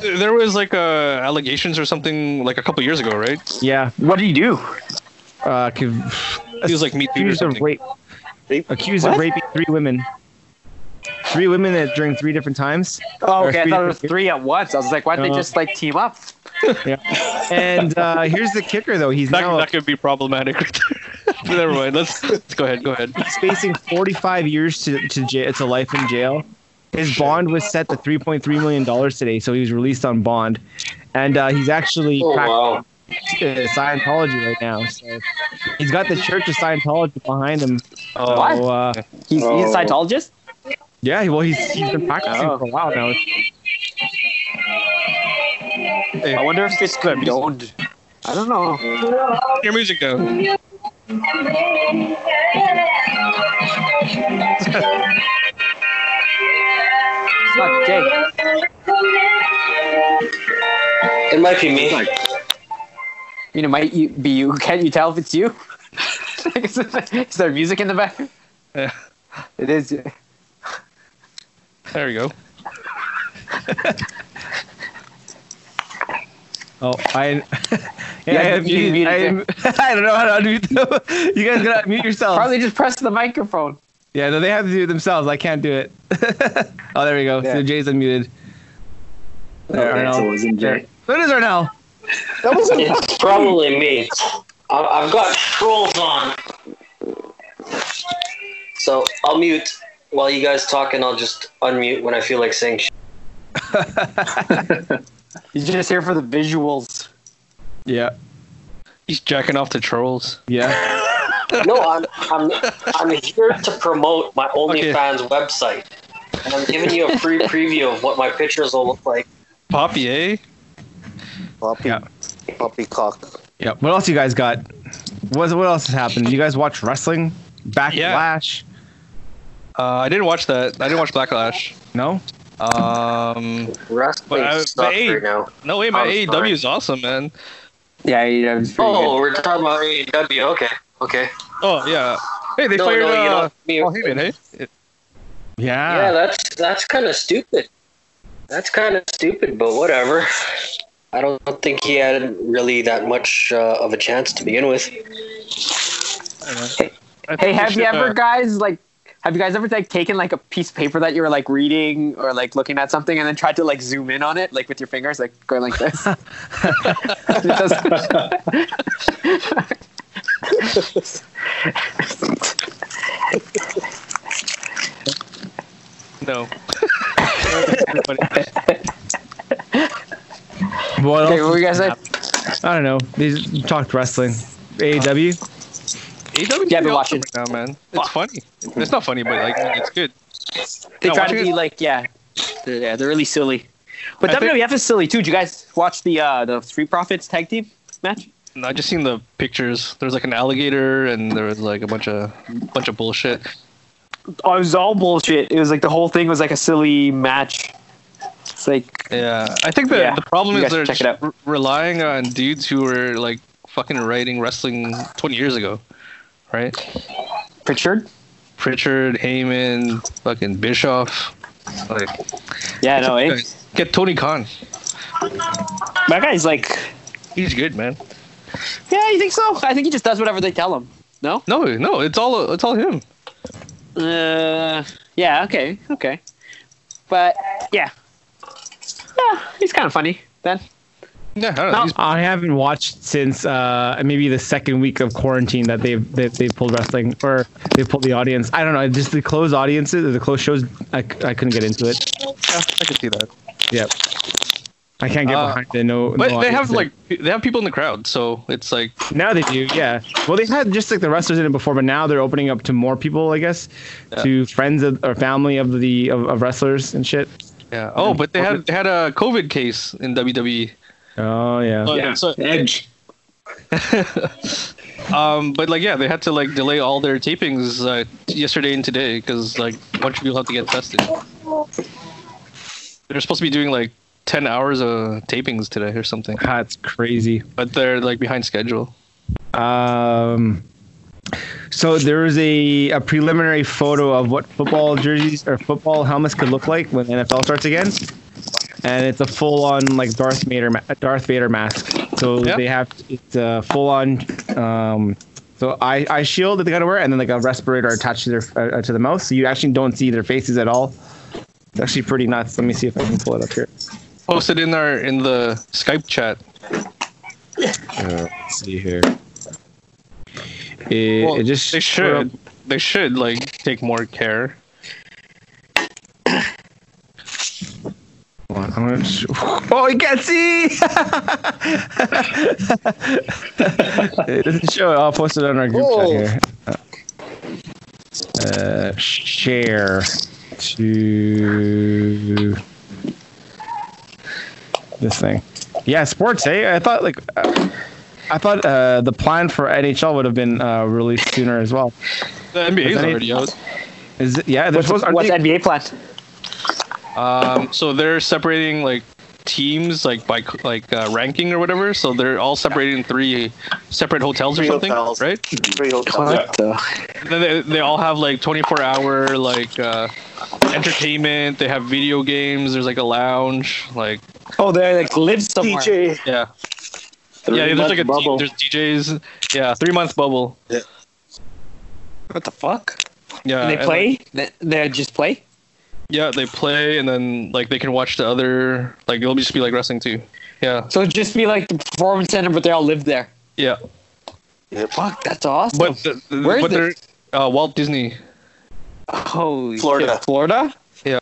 D: there was like uh, allegations or something like a couple years ago, right?
B: yeah,
C: What do you do?
B: uh, con-
D: He was like me too or
B: accused of
D: something.
B: rape, accused of raping three women, three women at, during three different times.
C: Oh,
B: Or
C: okay. I
B: three Uh-huh.
C: thought it was
B: different-
C: three at once. I was like, why'd they
B: No.
C: just like team up?
B: Yeah. And uh, here's the kicker, though. He's
D: That,
B: now
D: that could be problematic. Right there. Never mind. Let's, let's go ahead. Go ahead.
B: he's facing 45 years to to, jail, to life in jail. His bond was set to 3.3 million dollars today, so he was released on bond, and uh, he's actually
G: Oh,
B: practicing
G: wow.
B: uh, Scientology right now. So he's got the Church of Scientology behind him. So,
C: What?
B: Uh,
C: He's, he's a
H: Oh.
C: Scientologist?
B: yeah, well, he's he's been practicing
C: Oh.
B: for a while now.
C: I wonder if it's condoned. I don't know.
D: Your music down.
C: It's not gay.
G: It might be me.
C: You know, might you be you? Can't you tell if it's you? Is there music in the back?
D: Yeah.
C: It is.
D: There we go.
B: Oh, I. yeah,
C: Yeah,
B: I,
C: you can mute
B: muted-
C: it
B: I, I don't know how to unmute them. You guys gotta mute yourself.
C: Probably just press the microphone.
B: Yeah, no, they have to do it themselves. I can't do it. oh, there we go.
C: Yeah.
B: So Jay's unmuted.
C: Oh,
B: There,
H: Okay, so it
B: Arnell.
H: wasn't Jay.
B: So it is Arnell.
E: That was a
G: It's probably me. I- I've got trolls on. So I'll mute while you guys talk, and I'll just unmute when I feel like saying shit.
C: He's just here for the visuals.
B: Yeah.
D: He's jacking off the trolls.
B: Yeah.
G: No, I'm, I'm, I'm here to promote my OnlyFans website. And I'm giving you a free preview of what my pictures will look like.
D: Poppy, eh?
E: poppy,
B: Yeah.
E: poppycock.
B: Yeah. What else you guys got? What What else has happened? Did you guys watch wrestling? Backlash?
D: Uh, I didn't watch that. I didn't watch Backlash.
B: No.
D: Um,
G: Wrestling
D: But I-
G: sucks
D: but hey,
G: right now.
D: no way, my
G: I'm sorry.
D: AEW is awesome, man.
C: Yeah, yeah, it was pretty
G: Oh, we're talking about AEW. Okay, okay.
D: Oh yeah. Hey, they
G: no,
D: fired
G: no, you
D: uh,
G: don't. mute.
D: Paul Heyman, eh?
G: Yeah,
B: Yeah.
G: that's that's kind of stupid. That's kind of stupid, but whatever. I don't think he had really that much uh, of a chance to begin with.
D: I
C: Hey,
D: think they
C: have you
D: should,
C: ever
D: uh,
C: guys like have you guys ever like taken like a piece of paper that you were like reading or like looking at something and then tried to like zoom in on it like with your fingers like going like this? It doesn't-
D: No.
B: What
C: okay,
B: else?
C: what were you guys saying?
B: I don't know. They just talked wrestling. AEW.
D: AEW
C: Yeah, I've
D: is
C: been
D: awesome
C: watching.
D: right now, man. It's funny. It's not funny, but like it's good.
C: They
D: Yeah,
C: try to
D: watching
C: be
D: it-
C: like yeah, they're, yeah, they're really silly. But
D: I think-
C: WWF is silly too. Did you guys watch the uh the Three Profits tag team match?
D: And I just seen the pictures. There was like an alligator, and there was like a bunch of bunch of bullshit.
C: Oh, it was all bullshit. It was like the whole thing was like a silly match. It's like
D: Yeah, I think the
C: Yeah.
D: the problem
C: You
D: is
C: guys
D: they're
C: check it
D: just
C: out.
D: re- relying on dudes who were like fucking writing wrestling 20 years ago, right?
C: Pritchard.
D: Pritchard, Heyman, fucking Bischoff. Like,
C: Yeah, no, eh?
D: guys, get Tony Khan.
C: that guy's like
D: He's good, man.
C: Yeah, you think so? I think he just does whatever they tell him. No?
D: No, no, it's all it's all him.
C: Uh, yeah, okay, okay. But, yeah. Yeah, he's kind of funny then.
D: Yeah, I don't know.
C: No.
D: He's-
B: I haven't watched since uh, maybe the second week of quarantine that they've they, they pulled wrestling or they pulled the audience. I don't know. Just the closed audiences, or the closed shows. I, c- I couldn't get into it.
D: yeah, I can see that.
B: Yep. I can't get
D: Uh,
B: behind the no.
D: But
B: no
D: they have
B: audiences.
D: like they have people in the crowd, so it's like
B: now they do. Yeah. Well, they had just like the wrestlers in it before, but now they're opening up to more people, I guess, to friends of, or family of the of, of wrestlers and shit.
D: yeah. Oh, but they had they had a COVID case in E. WWE.
B: Oh yeah.
D: Oh,
H: Yeah,
D: so-
H: Edge.
D: Um, but like yeah, they had to like delay all their tapings uh, yesterday and today because like a bunch of people have to get tested. They're supposed to be doing like ten hours of tapings today or something,
B: That's crazy.
D: but they're like behind schedule.
B: Um, so there was a, a preliminary photo of what football jerseys or football helmets could look like when the NFL starts again, and it's a full on like Darth Vader ma- Darth Vader mask. So
D: Yeah.
B: they have it's a full on um, so eye eye shield that they got to wear, and then like a respirator attached to their uh, to the mouth, so you actually don't see their faces at all. It's actually pretty nuts. Let me see if I can pull it up here.
D: Posted in our in the Skype chat.
B: Let's see here. It,
D: Well,
B: it just
D: they
B: showed up-
D: should they should like take more care.
B: Hold on, I'm gonna sh- oh, you can't see. it doesn't show. I'll post it on our group chat here.
C: Oh.
B: Uh, share to this thing. Yeah, sports. Hey, I thought like uh, I thought uh, the plan for NHL would have been uh, released sooner as well.
D: The NBA's
B: But they-
D: already out.
B: Is it, yeah, they're
C: What's,
B: supposed. aren't
C: what's
B: they-
C: NBA plan?
D: Um, so they're separating like teams like by like uh, ranking or whatever. So they're all separated in three separate hotels or
E: Three
D: something,
E: hotels.
D: right?
E: Three hotels.
H: Yeah.
D: Then they, they all have like 24 hour like uh, entertainment. They have video games. There's like a lounge. Like
C: Oh, they like live somewhere.
E: DJ.
D: yeah, yeah. There's like a
C: bubble.
D: there's DJs. Yeah, three month bubble.
E: Yeah.
D: What the fuck? Yeah,
I: they
D: and,
I: play.
C: They, they just play.
D: Yeah, they play, and then like they can watch the other. Like it'll just be like wrestling too. Yeah,
C: So it'd just be like the performance center, but they all live there.
D: yeah.
C: Fuck, that's awesome.
D: But the, the-
C: Oh, Where is
D: but they're uh, Walt Disney.
C: Holy
E: Florida.
C: shit, Florida.
D: Yeah.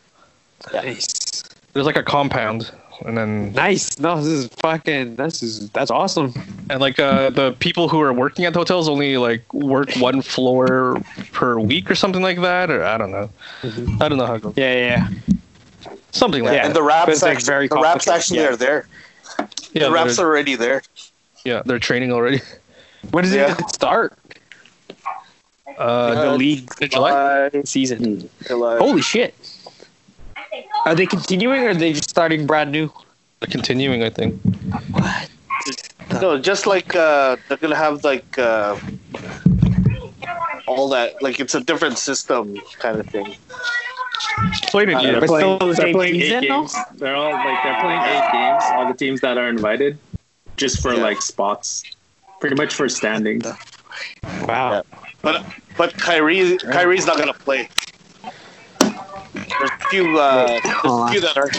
C: Nice.
D: There's like a compound, and then
C: Nice. No, this is fucking. This is that's awesome.
D: and like uh, the people who are working at the hotels only like work one floor per week or something like that, or I don't know. I don't know how it goes.
C: Mm-hmm. Yeah, yeah.
D: Something like
E: and
D: that.
E: the raps,
C: It's, like,
E: actually,
C: very
E: the raps
C: complicated,
E: actually
C: yeah.
E: are there.
D: Yeah,
E: the raps
D: they're,
E: are already there.
D: yeah, they're training already.
C: yeah. When does
E: Yeah.
C: it start?
D: Uh,
C: the league Uh,
D: in July.
C: season.
E: July.
C: Holy shit. Are they continuing or are they just starting brand new?
D: They're continuing, I think.
E: No, just like uh, they're gonna have like uh, all that. Like it's a different system kind of thing.
D: Played it
H: Uh, They're
D: yet?
H: playing,
C: still the
H: they're
C: same
H: playing
C: season,
H: eight
C: though?
H: games. They're all like they're playing eight games. All the teams that are invited, just for
E: Yeah.
H: like spots, pretty much for standing.
C: Wow.
E: But but Kyrie Kyrie's not gonna play. There's a few uh, there's a few that are.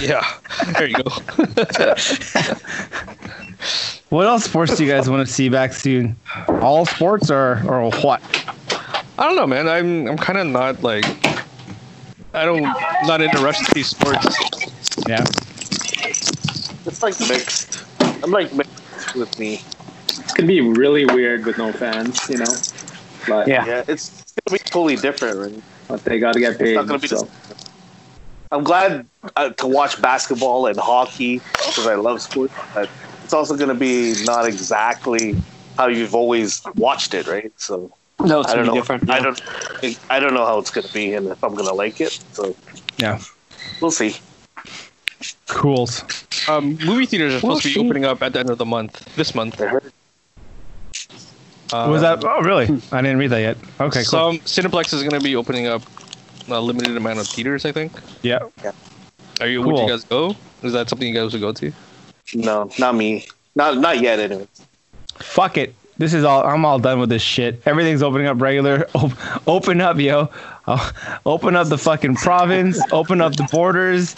D: Yeah. There you go.
B: What else sports do you guys want to see back soon? All sports or or what?
D: I don't know, man. I'm I'm kind of not like I don't not into rush to see sports.
B: Yeah.
E: It's like mixed. I'm like mixed with me.
H: It's gonna be really weird with no fans, you know. But
C: Yeah.
E: Yeah, it's, it's gonna be totally different. Right?
H: but they gotta get
E: It's
H: paid.
E: not gonna be.
H: so.
E: The, I'm glad uh, to watch basketball and hockey because I love sports, but it's also gonna be not exactly how you've always watched it, right? So.
C: No, it's
E: I
C: gonna
E: don't know.
C: be different.
E: I
C: yeah.
E: don't. I don't know how it's gonna be and if I'm gonna like it. So
B: Yeah.
E: we'll see.
B: Cools.
D: Um, movie theaters are
C: We'll
D: supposed to
C: see.
D: be opening up at the end of the month. This month.
E: I heard.
D: Uh,
B: Was that? Oh, really? I didn't read that yet. Okay, cool.
D: Some Cineplex is going to be opening up a limited amount of theaters. I think.
B: yeah.
D: Are you? Would
B: Cool.
D: you guys go? Is that something you guys would go to?
E: No, not me. Not not yet. Anyway.
B: Fuck it. This is all. I'm all done with this shit. Everything's opening up regular. Op- open up, yo. Uh, open up the fucking province. open up the borders.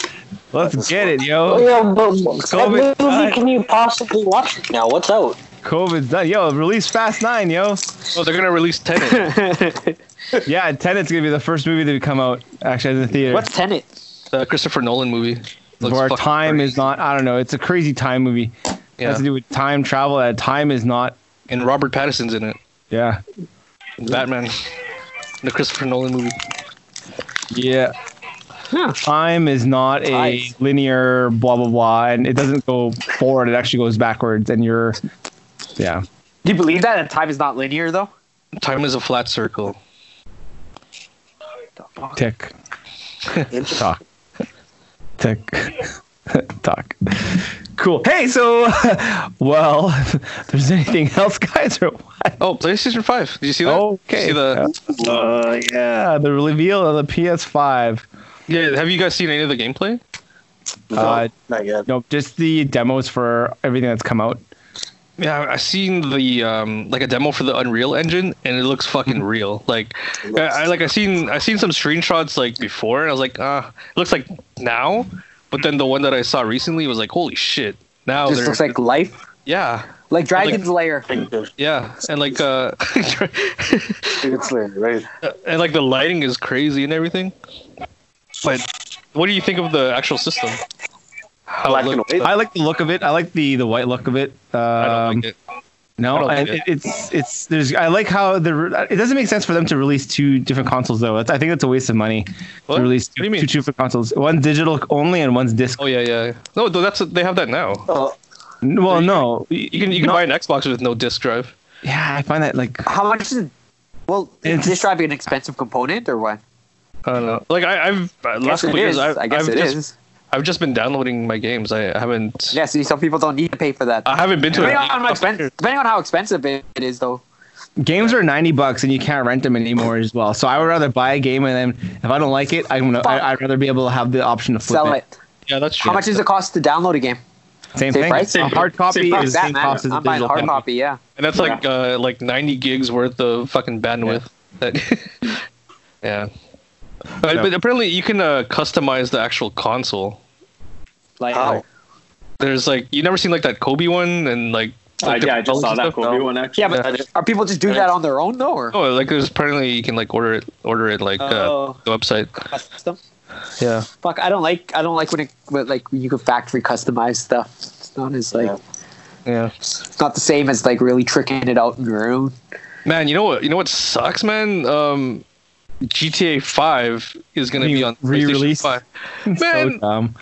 B: Let's get it, yo.
G: yeah, but what
B: COVID
G: movie
B: died.
G: can you possibly watch now? What's out?
B: COVID's done. Yo, release Fast Nine, yo.
D: Oh, they're going to release Tenet.
B: Yeah, Tenet's gonna be the first movie to come out actually in the theater.
C: What's Tenet?
D: the Christopher Nolan movie. Looks
B: Where
D: fucking
B: time
D: great.
B: is not. I don't know. It's a crazy time movie. It has to
D: Yeah.
B: do with time travel. That time is not.
D: And Robert Pattinson's in it.
B: Yeah.
D: Batman. The Christopher Nolan movie.
B: Yeah. Time is not a
C: Nice.
B: linear blah blah blah, and it doesn't go forward. It actually goes backwards, and you're, yeah.
C: Do you believe that? That time is not linear though?
D: Oh, Time is a flat circle.
B: Tick. Talk. Tick. Talk. Cool. Hey, so, well, if there's anything else, guys, or what?
D: Oh, PlayStation Five. Did you see that?
B: Okay.
D: See the,
B: Uh, yeah, the reveal of the PS5.
D: yeah. Have you guys seen any of the gameplay?
B: Uh,
E: Not yet.
B: no, just the demos for everything that's come out.
D: Yeah, I- I seen the um like a demo for the Unreal Engine, and it looks fucking real. Like, I, I like I seen I seen some screenshots like before, and I was like, ah, it looks like now. But then the one that I saw recently was like, holy shit! Now
C: Just
D: they're Oh,
C: looks like life.
D: yeah,
C: Like Dragon's Lair.
D: yeah, and like uh,
E: It's late, right?
D: and like the lighting is crazy and everything. But what do you think of the actual system? How
E: Black and
D: looks-
E: white?
B: I like the look of it. I like the the white look of it. Um,
D: I don't like it. I
B: No,
D: don't
B: and
D: like
B: it, it's it's there's I like how the re- it doesn't make sense for them to release two different consoles though. That's- I think that's a waste of money
D: What?
B: to release
D: What do
B: two,
D: you mean?
B: two different consoles. One digital only and one's disc.
D: Oh yeah, yeah. No, th- that's they have that now.
B: N- well, no,
D: You can you can
B: No.
D: buy an Xbox with no disc drive.
B: yeah, I find that like
C: How much is well is
B: It's-
C: this drive an expensive component or what?
D: I don't know. Like I, I've uh,
C: Yes,
D: last
C: it
D: couple years,
C: is.
D: I've,
C: I guess
D: I've
C: it
D: just,
C: is.
D: I've just been downloading my games. I haven't.
C: Yeah, see some people don't need to pay for that.
D: I haven't been to
C: Depending
D: it.
C: on, how expen- depending on how expensive it it is though.
B: games are ninety bucks and you can't rent them anymore as well. So I would rather buy a game and then if I don't like it, I'm gonna I, I'd rather be able to have the option to flip
C: Sell it.
D: Yeah, that's true.
C: How much does it cost to download a game?
B: Same,
C: Same
B: thing.
C: price?
B: A hard copy
C: Fuck
B: is the
C: that,
B: same
C: man.
B: cost as a
C: I'm buying
B: digital
C: hard
B: copy.
C: copy. Yeah.
D: and that's like uh, like 90 gigs worth of fucking bandwidth. That, yeah. But,
B: Yeah.
D: but apparently you can uh, customize the actual console.
C: Like, uh,
E: How?
D: There's like you never seen like that Kobe one and like.
H: Uh,
D: like
H: yeah, I just
D: different colors and
H: saw that
D: stuff?
H: Kobe one actually.
C: yeah, but are people just doing that Oh, on their own though, or
D: No, like there's apparently you can like order it, order it like uh,
C: Oh.
D: the website.
C: custom?
D: Yeah.
C: Fuck, I don't like. I don't like when it when, like you can factory customize stuff. It's not as like.
E: Yeah.
D: Yeah.
C: It's not the same as like really tricking it out on your own.
D: Man, you know what? You know what sucks, man. Um, GTA Five is gonna be on PlayStation
B: Re-release?
D: 5.
B: So
D: Man,
B: dumb.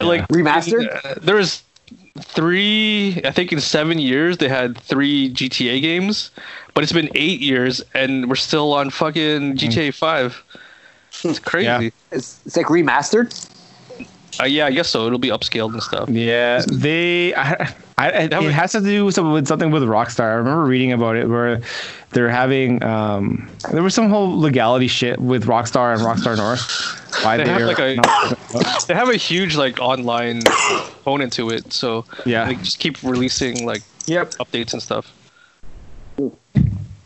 D: like
C: Remastered?
D: uh, there was three. I think in seven years they had three GTA games, but it's been eight years and we're still on fucking
B: Mm.
D: GTA Five. It's crazy.
C: It's, it's like remastered.
D: Yeah. Uh, yeah, I guess so. It'll be upscaled and stuff.
B: Yeah, they. I, I, it
D: That was-
B: has to do with something, with something with Rockstar. I remember reading about it where they're having. Um, there was some whole legality shit with Rockstar and Rockstar North. Why
D: They
B: they,
D: have
B: are
D: like a-
B: not-
D: They have a huge like online component to it, so
B: Yeah.
D: they just keep releasing like
B: yep.
D: updates and stuff.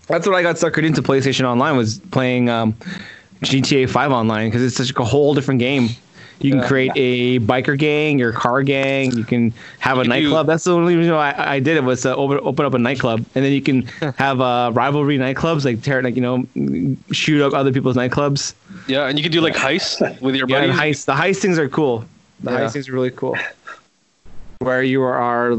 B: That's what I got suckered into PlayStation Online was playing um, GTA 5 online because it's such a whole different game. You can
D: Yeah.
B: create a biker gang, your car gang. You can have a
D: You-
B: nightclub. That's the only reason why I, I did it was to open, open up a nightclub, and then you can have uh, rivalry nightclubs, like tear, like you know, shoot up other people's nightclubs.
D: Yeah, and you can do like heists with your
B: Yeah, the
D: buddies.
B: heist, the heist things are cool. The
D: Yeah.
B: heist things are really cool. Where you are,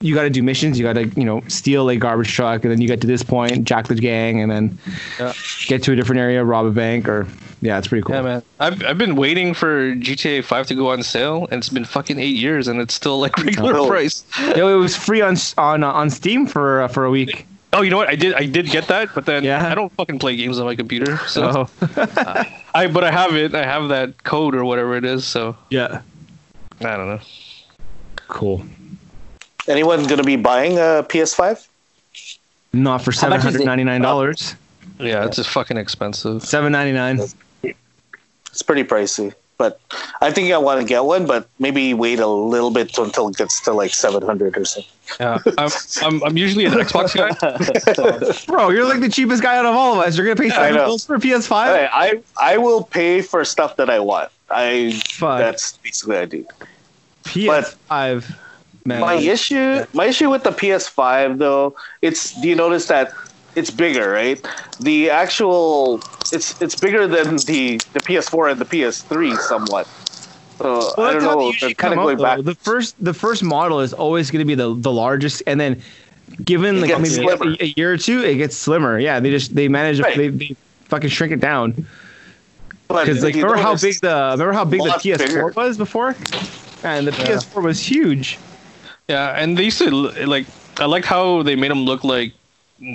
B: you got to do missions. You got to, you know, steal a garbage truck, and then you get to this point, jack the gang, and then
D: Yeah.
B: get to a different area, rob a bank, or yeah, it's pretty cool.
D: Yeah, man. I've I've been waiting for GTA Five to go on sale, and it's been fucking eight years, and it's still like regular
E: Oh.
D: price.
B: Yo, it was free on s- on uh, on Steam for uh, for a week.
D: Oh, you know what? I did I did get that, but then
B: Yeah. Oh.
D: I don't fucking play games on my computer. So
B: So
D: I but I have it. I have that code or whatever it is. So
B: yeah,
D: I don't know.
B: cool.
E: Anyone gonna be buying a PS5?
B: Not for
C: How
B: seven
C: much is it?
B: hundred ninety nine dollars.
D: Yeah, it's just fucking expensive.
B: Seven ninety nine.
E: It's pretty pricey, but I think I want to get one, but maybe wait a little bit until it gets to like seven hundred or so.
D: Yeah, I'm, I'm I'm usually an Xbox guy.
B: Bro, you're like the cheapest guy out of all of us. You're gonna pay
E: I
B: seven
E: know.
B: bills for PS Five.
E: I, I I will pay for stuff that I want. I
B: Fuck.
E: that's basically what I do.
B: PS Five. Man,
E: My issue, my issue with the PS5 though, it's do you notice that it's bigger, right? The actual it's it's bigger than the the PS4 and the PS3 somewhat. So
B: Well,
E: I
B: that's
E: don't
B: how they
E: know.
B: usually
E: They're kind of
B: come
E: going
B: out,
E: back.
B: though. The first, the first model is always going to be the the largest, and then given
E: It
B: like
E: gets
B: maybe
E: slimmer.
B: a, a year or two, it gets slimmer. Yeah, they just they manage
E: Right.
B: they, they fucking shrink it down
E: But
B: because like
E: you
B: remember how
E: notice-
B: big the remember how big the
E: lot
B: PS4
E: bigger.
B: was before, and the PS4 was huge.
D: Yeah, and they used to l- like. I liked how they made them look like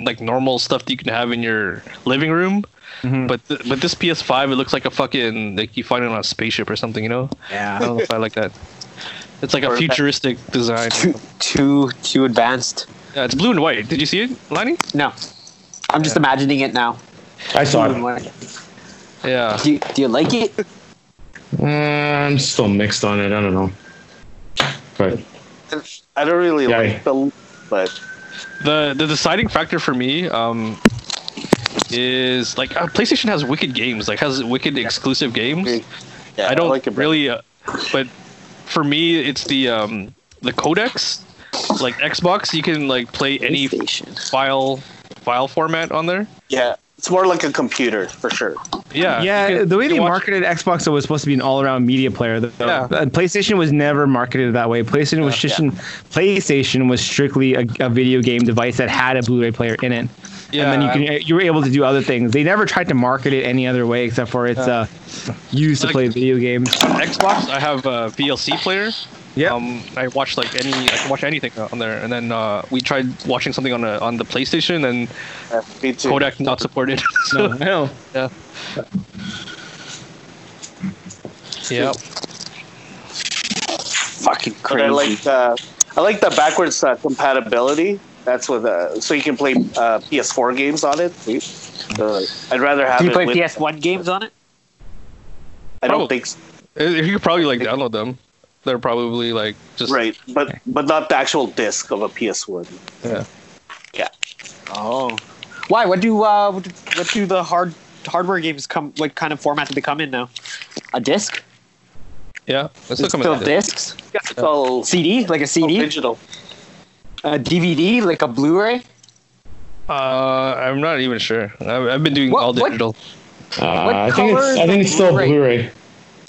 D: like normal stuff that you can have in your living room. But th- but this PS5, it looks like a fucking like you find it on a spaceship or something, you know? I
B: Yeah,
D: don't know if I like that. It's like a futuristic design.
C: Too too too advanced.
D: Yeah, it's blue and white. Did you see it, Lonnie?
C: No, I'm just imagining it now.
F: I saw
C: Do
F: it.
D: Yeah.
C: you, do you like it?
F: Mm, I'm still mixed on it. I don't know. But
E: I don't really
F: Yeah.
E: like the, but
D: The the deciding factor for me um is like uh, PlayStation has wicked games, like has wicked exclusive games.
E: yeah,
D: I don't
E: like it.
D: really, uh, but for me, it's the um the codecs. Like Xbox, you can like play any
C: PlayStation.
D: file file format on there.
E: Yeah, it's more like a computer for sure.
D: Yeah,
B: yeah.
D: Uh, you can-
B: the way
D: you can
B: they
D: watch-
B: marketed Xbox it was supposed to be an all around media player. Though.
D: Yeah.
B: And PlayStation was never marketed that way. PlayStation was just PlayStation was strictly a, a video game device that had a Blu-ray player in it.
D: Yeah,
B: and then you can you were able to do other things. They never tried to market it any other way except for it's uh used to
D: Like-
B: play video games.
D: Xbox, I have a VLC player.
B: Yeah,
D: Um, I watch like any, I can watch anything on there. And then uh, we tried watching something on a, on the PlayStation, and
E: Yeah, Uh, me too.
D: Kodak not supported.
B: no,
D: so,
B: I know.
D: yeah. Yeah.
C: Fucking
E: But
C: crazy.
E: I like uh, I like the backwards uh, compatibility. That's with uh, so you can play uh, PS4 games on it. Uh, I'd rather have
C: do you
E: it
C: play
E: with.
C: PS1 games on it?
E: I don't
D: Probably.
E: think so.
D: Oh. Uh, You could probably like download them. They're probably like just
E: right, but but not the actual disc of a PS1.
D: Yeah.
E: Yeah.
C: Oh, why? What do uh, what do- what do the hard hardware games come? What kind of format do they come in now? A disc?
D: Yeah, it's still
C: It's
D: coming.
C: still
D: out.
C: discs?
E: Yeah, it's all
C: CD? Like a CD?
E: digital.
C: A DVD? Like a Blu-ray?
D: Uh, I'm not even sure. I've, I've been doing
C: What-
D: all
C: what-
D: digital.
F: Uh, I think
C: color
F: it's
C: is
F: I think
C: the
F: it's still
C: Blu-ray?
F: Blu-ray.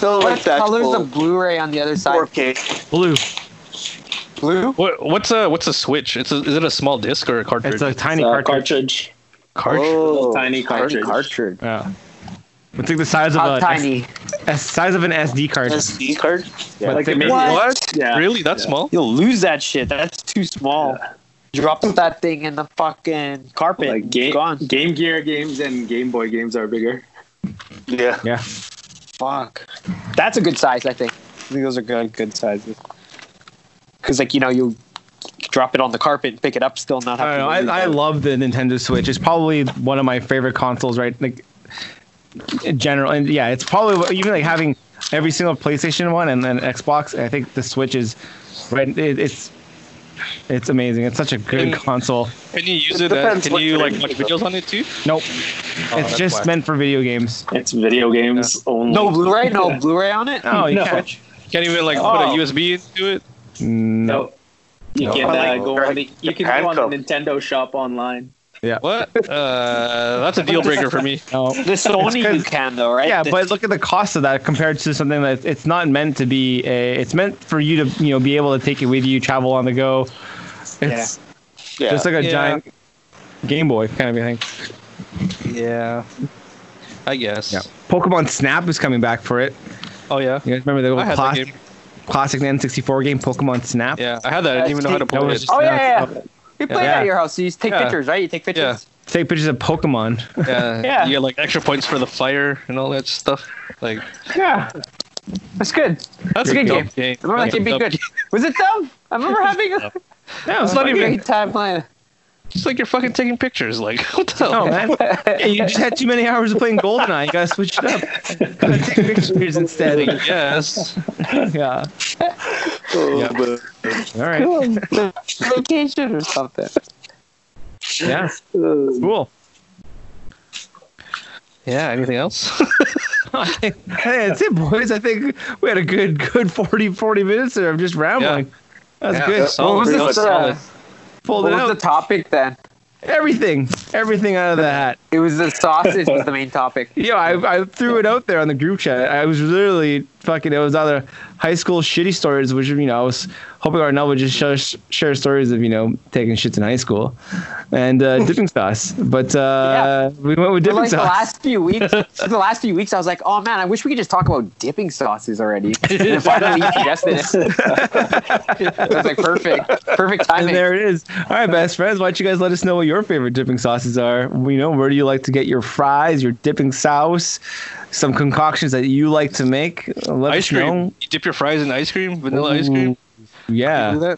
E: So
C: What
E: like the
C: color's the
E: actual
C: Blu-ray on the other side?
E: 4K.
B: Blue.
C: Blue?
D: What what's a what's a switch? It's a, is it a small disc or a cartridge?
B: It's a tiny
H: It's a
B: cartridge.
H: cartridge.
E: Oh,
H: tiny cartridge.
C: Cartridge.
B: Yeah. It's like the size of
C: How
B: a
C: tiny?
B: S- size of an SD card.
E: SD card.
B: but
H: Like they
B: thicker.
H: make
C: What?
H: Yeah.
D: Really? That's
H: Yeah.
D: small?
C: You'll lose that shit. That's too small. Drop that thing in the fucking carpet.
H: Like game,
C: it's gone.
H: game Gear games and Game Boy games are bigger.
E: Yeah.
B: Yeah.
C: Fuck. That's a good size, I think. I think those are good good sizes. Because like you know you drop it on the carpet and pick it up, still not
B: I
C: have.
B: don't know.
C: to worry
B: Oh, I, I
C: about it.
B: love the Nintendo Switch. It's probably one of my favorite consoles, right? Like in general, and yeah, it's probably even like having every single PlayStation one and then Xbox. I think the Switch is right. It, it's it's amazing. It's such a good
D: And-
B: console.
D: Can you use
E: It
D: it? Uh,
E: depends
D: can
E: what
D: you like
E: kind
D: watch
E: of-
D: videos on it too?
B: Nope, it's
D: Oh, that's
B: just
D: why.
B: meant for video games.
H: It's video games only.
C: No Blu-ray, no Blu-ray on it.
B: No, you
H: No.
B: can't.
D: Can't even like
C: Oh.
D: put a USB into it.
B: No.
H: No. You
B: No.
H: can uh,
E: Like,
H: go on the, you can go on the
E: handcuffed.
H: Nintendo shop online.
D: What? Uh, that's a deal breaker for me.
B: no.
C: The Sony you can though, right?
B: Yeah,
C: The-
B: but look at the cost of that compared to something that it's not meant to be. A, it's meant for you to you know be able to take it with you, travel on the go. It's
E: Yeah.
B: just like a
D: Yeah.
B: giant Game Boy kind of thing.
D: Yeah. I guess.
B: Yeah. Pokemon Snap is coming back for it.
D: Oh yeah.
B: You guys remember the
D: I
B: old
D: had that
B: classic,
D: game.
B: classic N64 game, Pokemon Snap?
D: Yeah, I had that. I didn't even know how to
B: That
D: play
B: was
D: it.
B: just,
C: Oh, yeah,
B: yeah.
C: you play
B: Yeah.
C: it at your house. So you just take
D: Yeah.
C: pictures, right? You take pictures.
D: Yeah.
B: Take pictures of Pokemon.
D: Yeah.
C: Yeah.
D: You get like extra points for the fire and all that stuff. Like
C: Yeah. That's good.
D: that's
C: a good
D: dumb
C: game. I remember that
D: That's a
C: game being
D: dumb-
C: good. Was it dumb? I remember having a,
B: Yeah, it's
C: a
B: not even.
C: great time playing.
D: It's like you're fucking taking pictures. Like what the
B: No,
D: hell?
B: man. Yeah, you just had too many hours of playing Goldeneye. You gotta switch it up. You gotta take pictures instead.
D: Yes.
B: Yeah.
E: Oh,
B: All right.
C: Vacation or something.
B: Yeah. Cool.
D: Yeah. Anything else?
B: I think that's it, boys. I think we had a good, good 40, 40 minutes there of just rambling. That's
D: Yeah,
B: good.
D: that's
B: Well,
D: solid.
B: let's
D: Real
B: just, uh,
D: solid.
B: pulled
C: What
B: it
C: was the
B: out.
C: topic then?
B: everything, everything out of the hat.
C: It was the sausage was the main topic.
B: Yeah, I, I threw it out there on the group chat. I was literally fucking. It was other high school shitty stories, which you know I was hoping Arnell would just share, share stories of you know taking shits in high school, and uh, dipping sauce. But uh, we went with
C: For
B: dipping
C: like the
B: sauce.
C: last few weeks, for the last few weeks, I was like, "Oh man, I wish we could just talk about dipping sauces already." And then finally, he suggested it. I was like, "Perfect, perfect
B: and
C: timing."
B: there it is. All right, best friends, why don't you guys let us know what your favorite dipping sauces are? We know where do you like to get your fries, your dipping sauce, some concoctions that you like to make. Let
D: ice
B: us
D: cream.
B: know.
D: You dip your fries in ice cream, vanilla ice cream.
B: Yeah.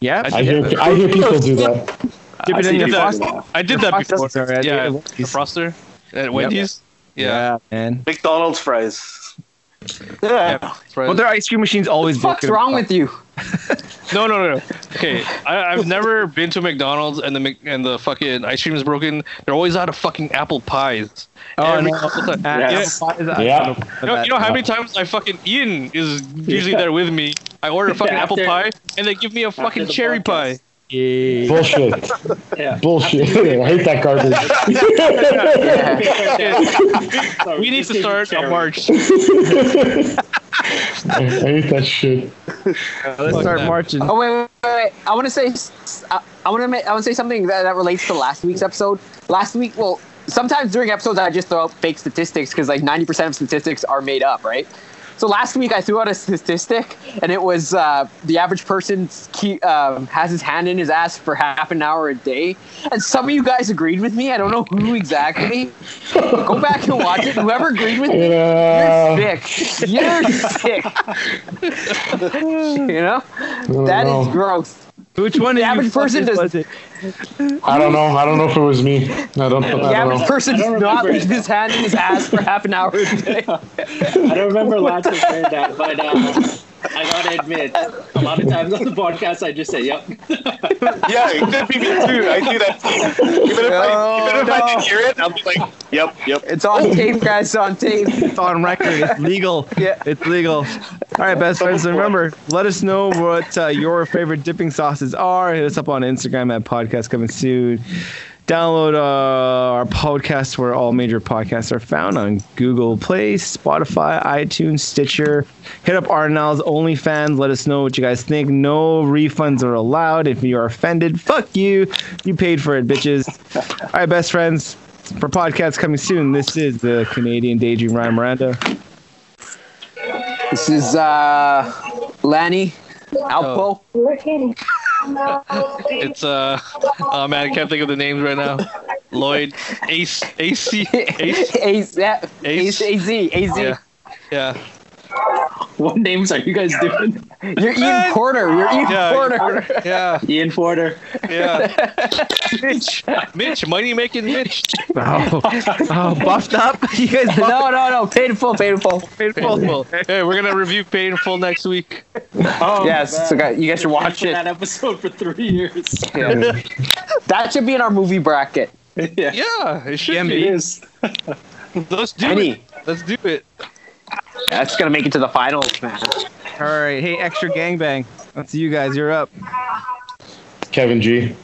B: Yeah.
D: I
F: I hear I hear people do that.
B: Dip it
H: I
B: in
H: see
B: your
H: you
D: that.
B: frosting.
D: I did that
B: Frosting
D: before.
B: doesn't- sorry, I
D: yeah,
B: did
D: the
B: Wendy's.
D: froster at Wendy's. Yeah,
B: uh, Yeah, man.
E: McDonald's fries.
D: yeah. fries.
B: Well, their ice cream machine's always
C: What's
B: broken.
C: wrong with you?
D: No, no, no, no. Okay, I, I've never been to McDonald's and the Mc- and the fucking ice cream is broken. They're always out of fucking apple pies.
B: Oh,
D: Every
B: no.
D: couple of
B: Uh,
D: times. Yeah.
B: yeah.
F: Yeah.
D: You know, you know how many times I fucking Ian is usually
H: Yeah.
D: there with me. I order a fucking
H: After-
D: apple pie and they give me a fucking
H: the
D: cherry
H: podcast.
D: pie.
B: Yeah.
F: Bullshit.
H: Yeah.
F: Bullshit. I hate that garbage.
H: Sorry,
D: We need
H: just
D: to
H: gave you
D: start a
H: cherry.
D: march.
F: I hate that shit.
B: Let's start
D: that.
B: marching.
C: Oh wait, wait, wait, wait. I want to say, I, I want to make, I want to say something that, that relates to last week's episode. Last week, well, sometimes during episodes, I just throw out fake statistics because like ninety percent of statistics are made up, right? So last week, I threw out a statistic, and it was uh, the average person keep, um, has his hand in his ass for half an hour a day, and some of you guys agreed with me. I don't know who exactly. Go back and watch it. Whoever agreed with me,
F: You know,
C: you're sick. You're sick. you know.
F: I don't
C: That is
F: know.
C: gross.
B: Which one
C: The
B: of you
C: average person
B: fuckers
C: does-
B: was it?
F: I don't know. I don't know if it was me. I don't. I
C: The
F: don't
C: average
F: know.
C: person
H: I don't
C: does not
H: remember
C: leave
H: it.
C: his hand in his ass for half an hour a day.
H: I don't remember lots of saying that, but uh, I gotta admit, a lot of times on the podcast, I just say, "Yep."
E: Yeah, it could be me too. I do that too. Even if, I, even if I
A: no.
E: can hear it, I'm like, yep, yep.
A: It's on
C: tape, guys. It's on tape.
A: It's on record. It's legal.
C: Yeah.
A: It's legal. All right, best friends. and Remember, let us know what uh, your favorite dipping sauces are. Hit us up on Instagram at podcast coming soon. Download uh, our podcast where all major podcasts are found on Google Play, Spotify, iTunes, Stitcher. Hit up Arnell's OnlyFans. Let us know what you guys think. No refunds are allowed. If you are offended, fuck you. You paid for it, bitches. All right, best friends. For podcasts coming soon, this is the Canadian Daydream Ryan Miranda.
C: This is uh, Lanny Alpo.
D: It's uh, oh man, I can't think of the names right now. Lloyd, Ace, AC, Ace,
C: Ace, yeah,
D: Ace.
C: Ace, AZ, AZ.
D: yeah, yeah,
H: What names are you guys doing?
C: You're Ian Porter. You're Ian
D: Yeah,
C: Porter.
D: yeah,
H: Ian Porter.
D: yeah. Mitch, Mitch, money making Mitch.
A: Oh, oh buffed up. You guys buffed
C: No, no, no. Painful, painful.
D: Painful. Hey, we're gonna review painful next week.
H: Oh,
C: yes, so guys, you guys should watch
H: watching
C: it.
H: that episode for three years.
C: Yeah. that should be in our movie bracket.
H: yeah,
D: Yeah, it should
H: it is.
D: be. Let's do
C: Any.
D: it. Let's do it.
C: That's gonna make it to the finals, man.
A: up. All right. Hey, extra gangbang. That's you guys. You're up.
F: Kevin G.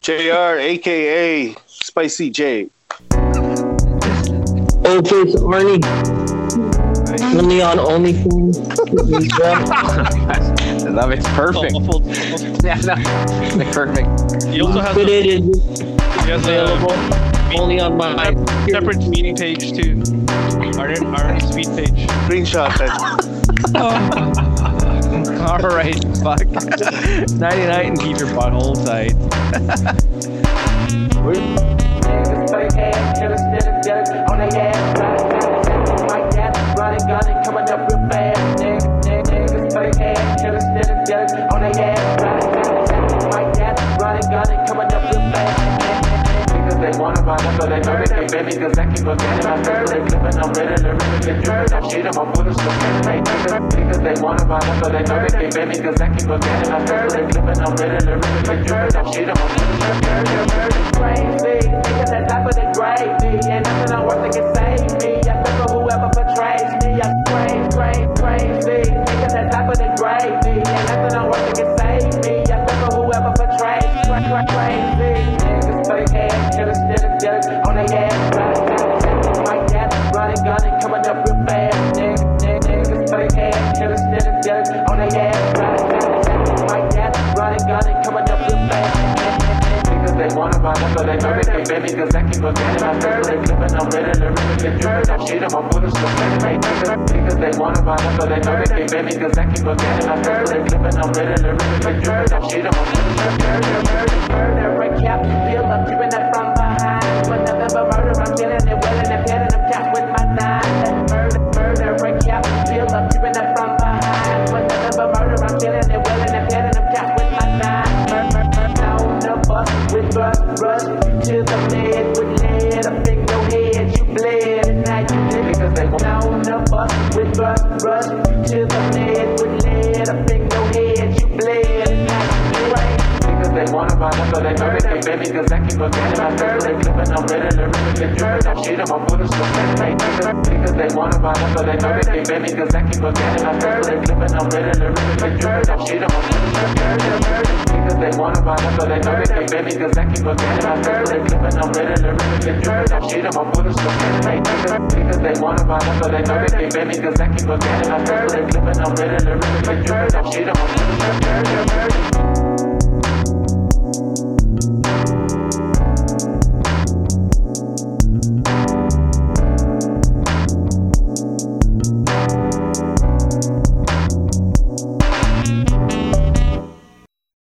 E: JR, aka Spicy J.
J: Old face Arnie. Only on OnlyFans.
C: I love it. It's perfect. Yeah, no, it's perfect.
D: You also have
J: But
D: the,
J: it is
D: he has
J: available
D: a
J: only on my
D: separate meeting page too. Our our speed page.
E: Screenshot that.
A: All right. Fuck. Nighty night and keep your butthole tight.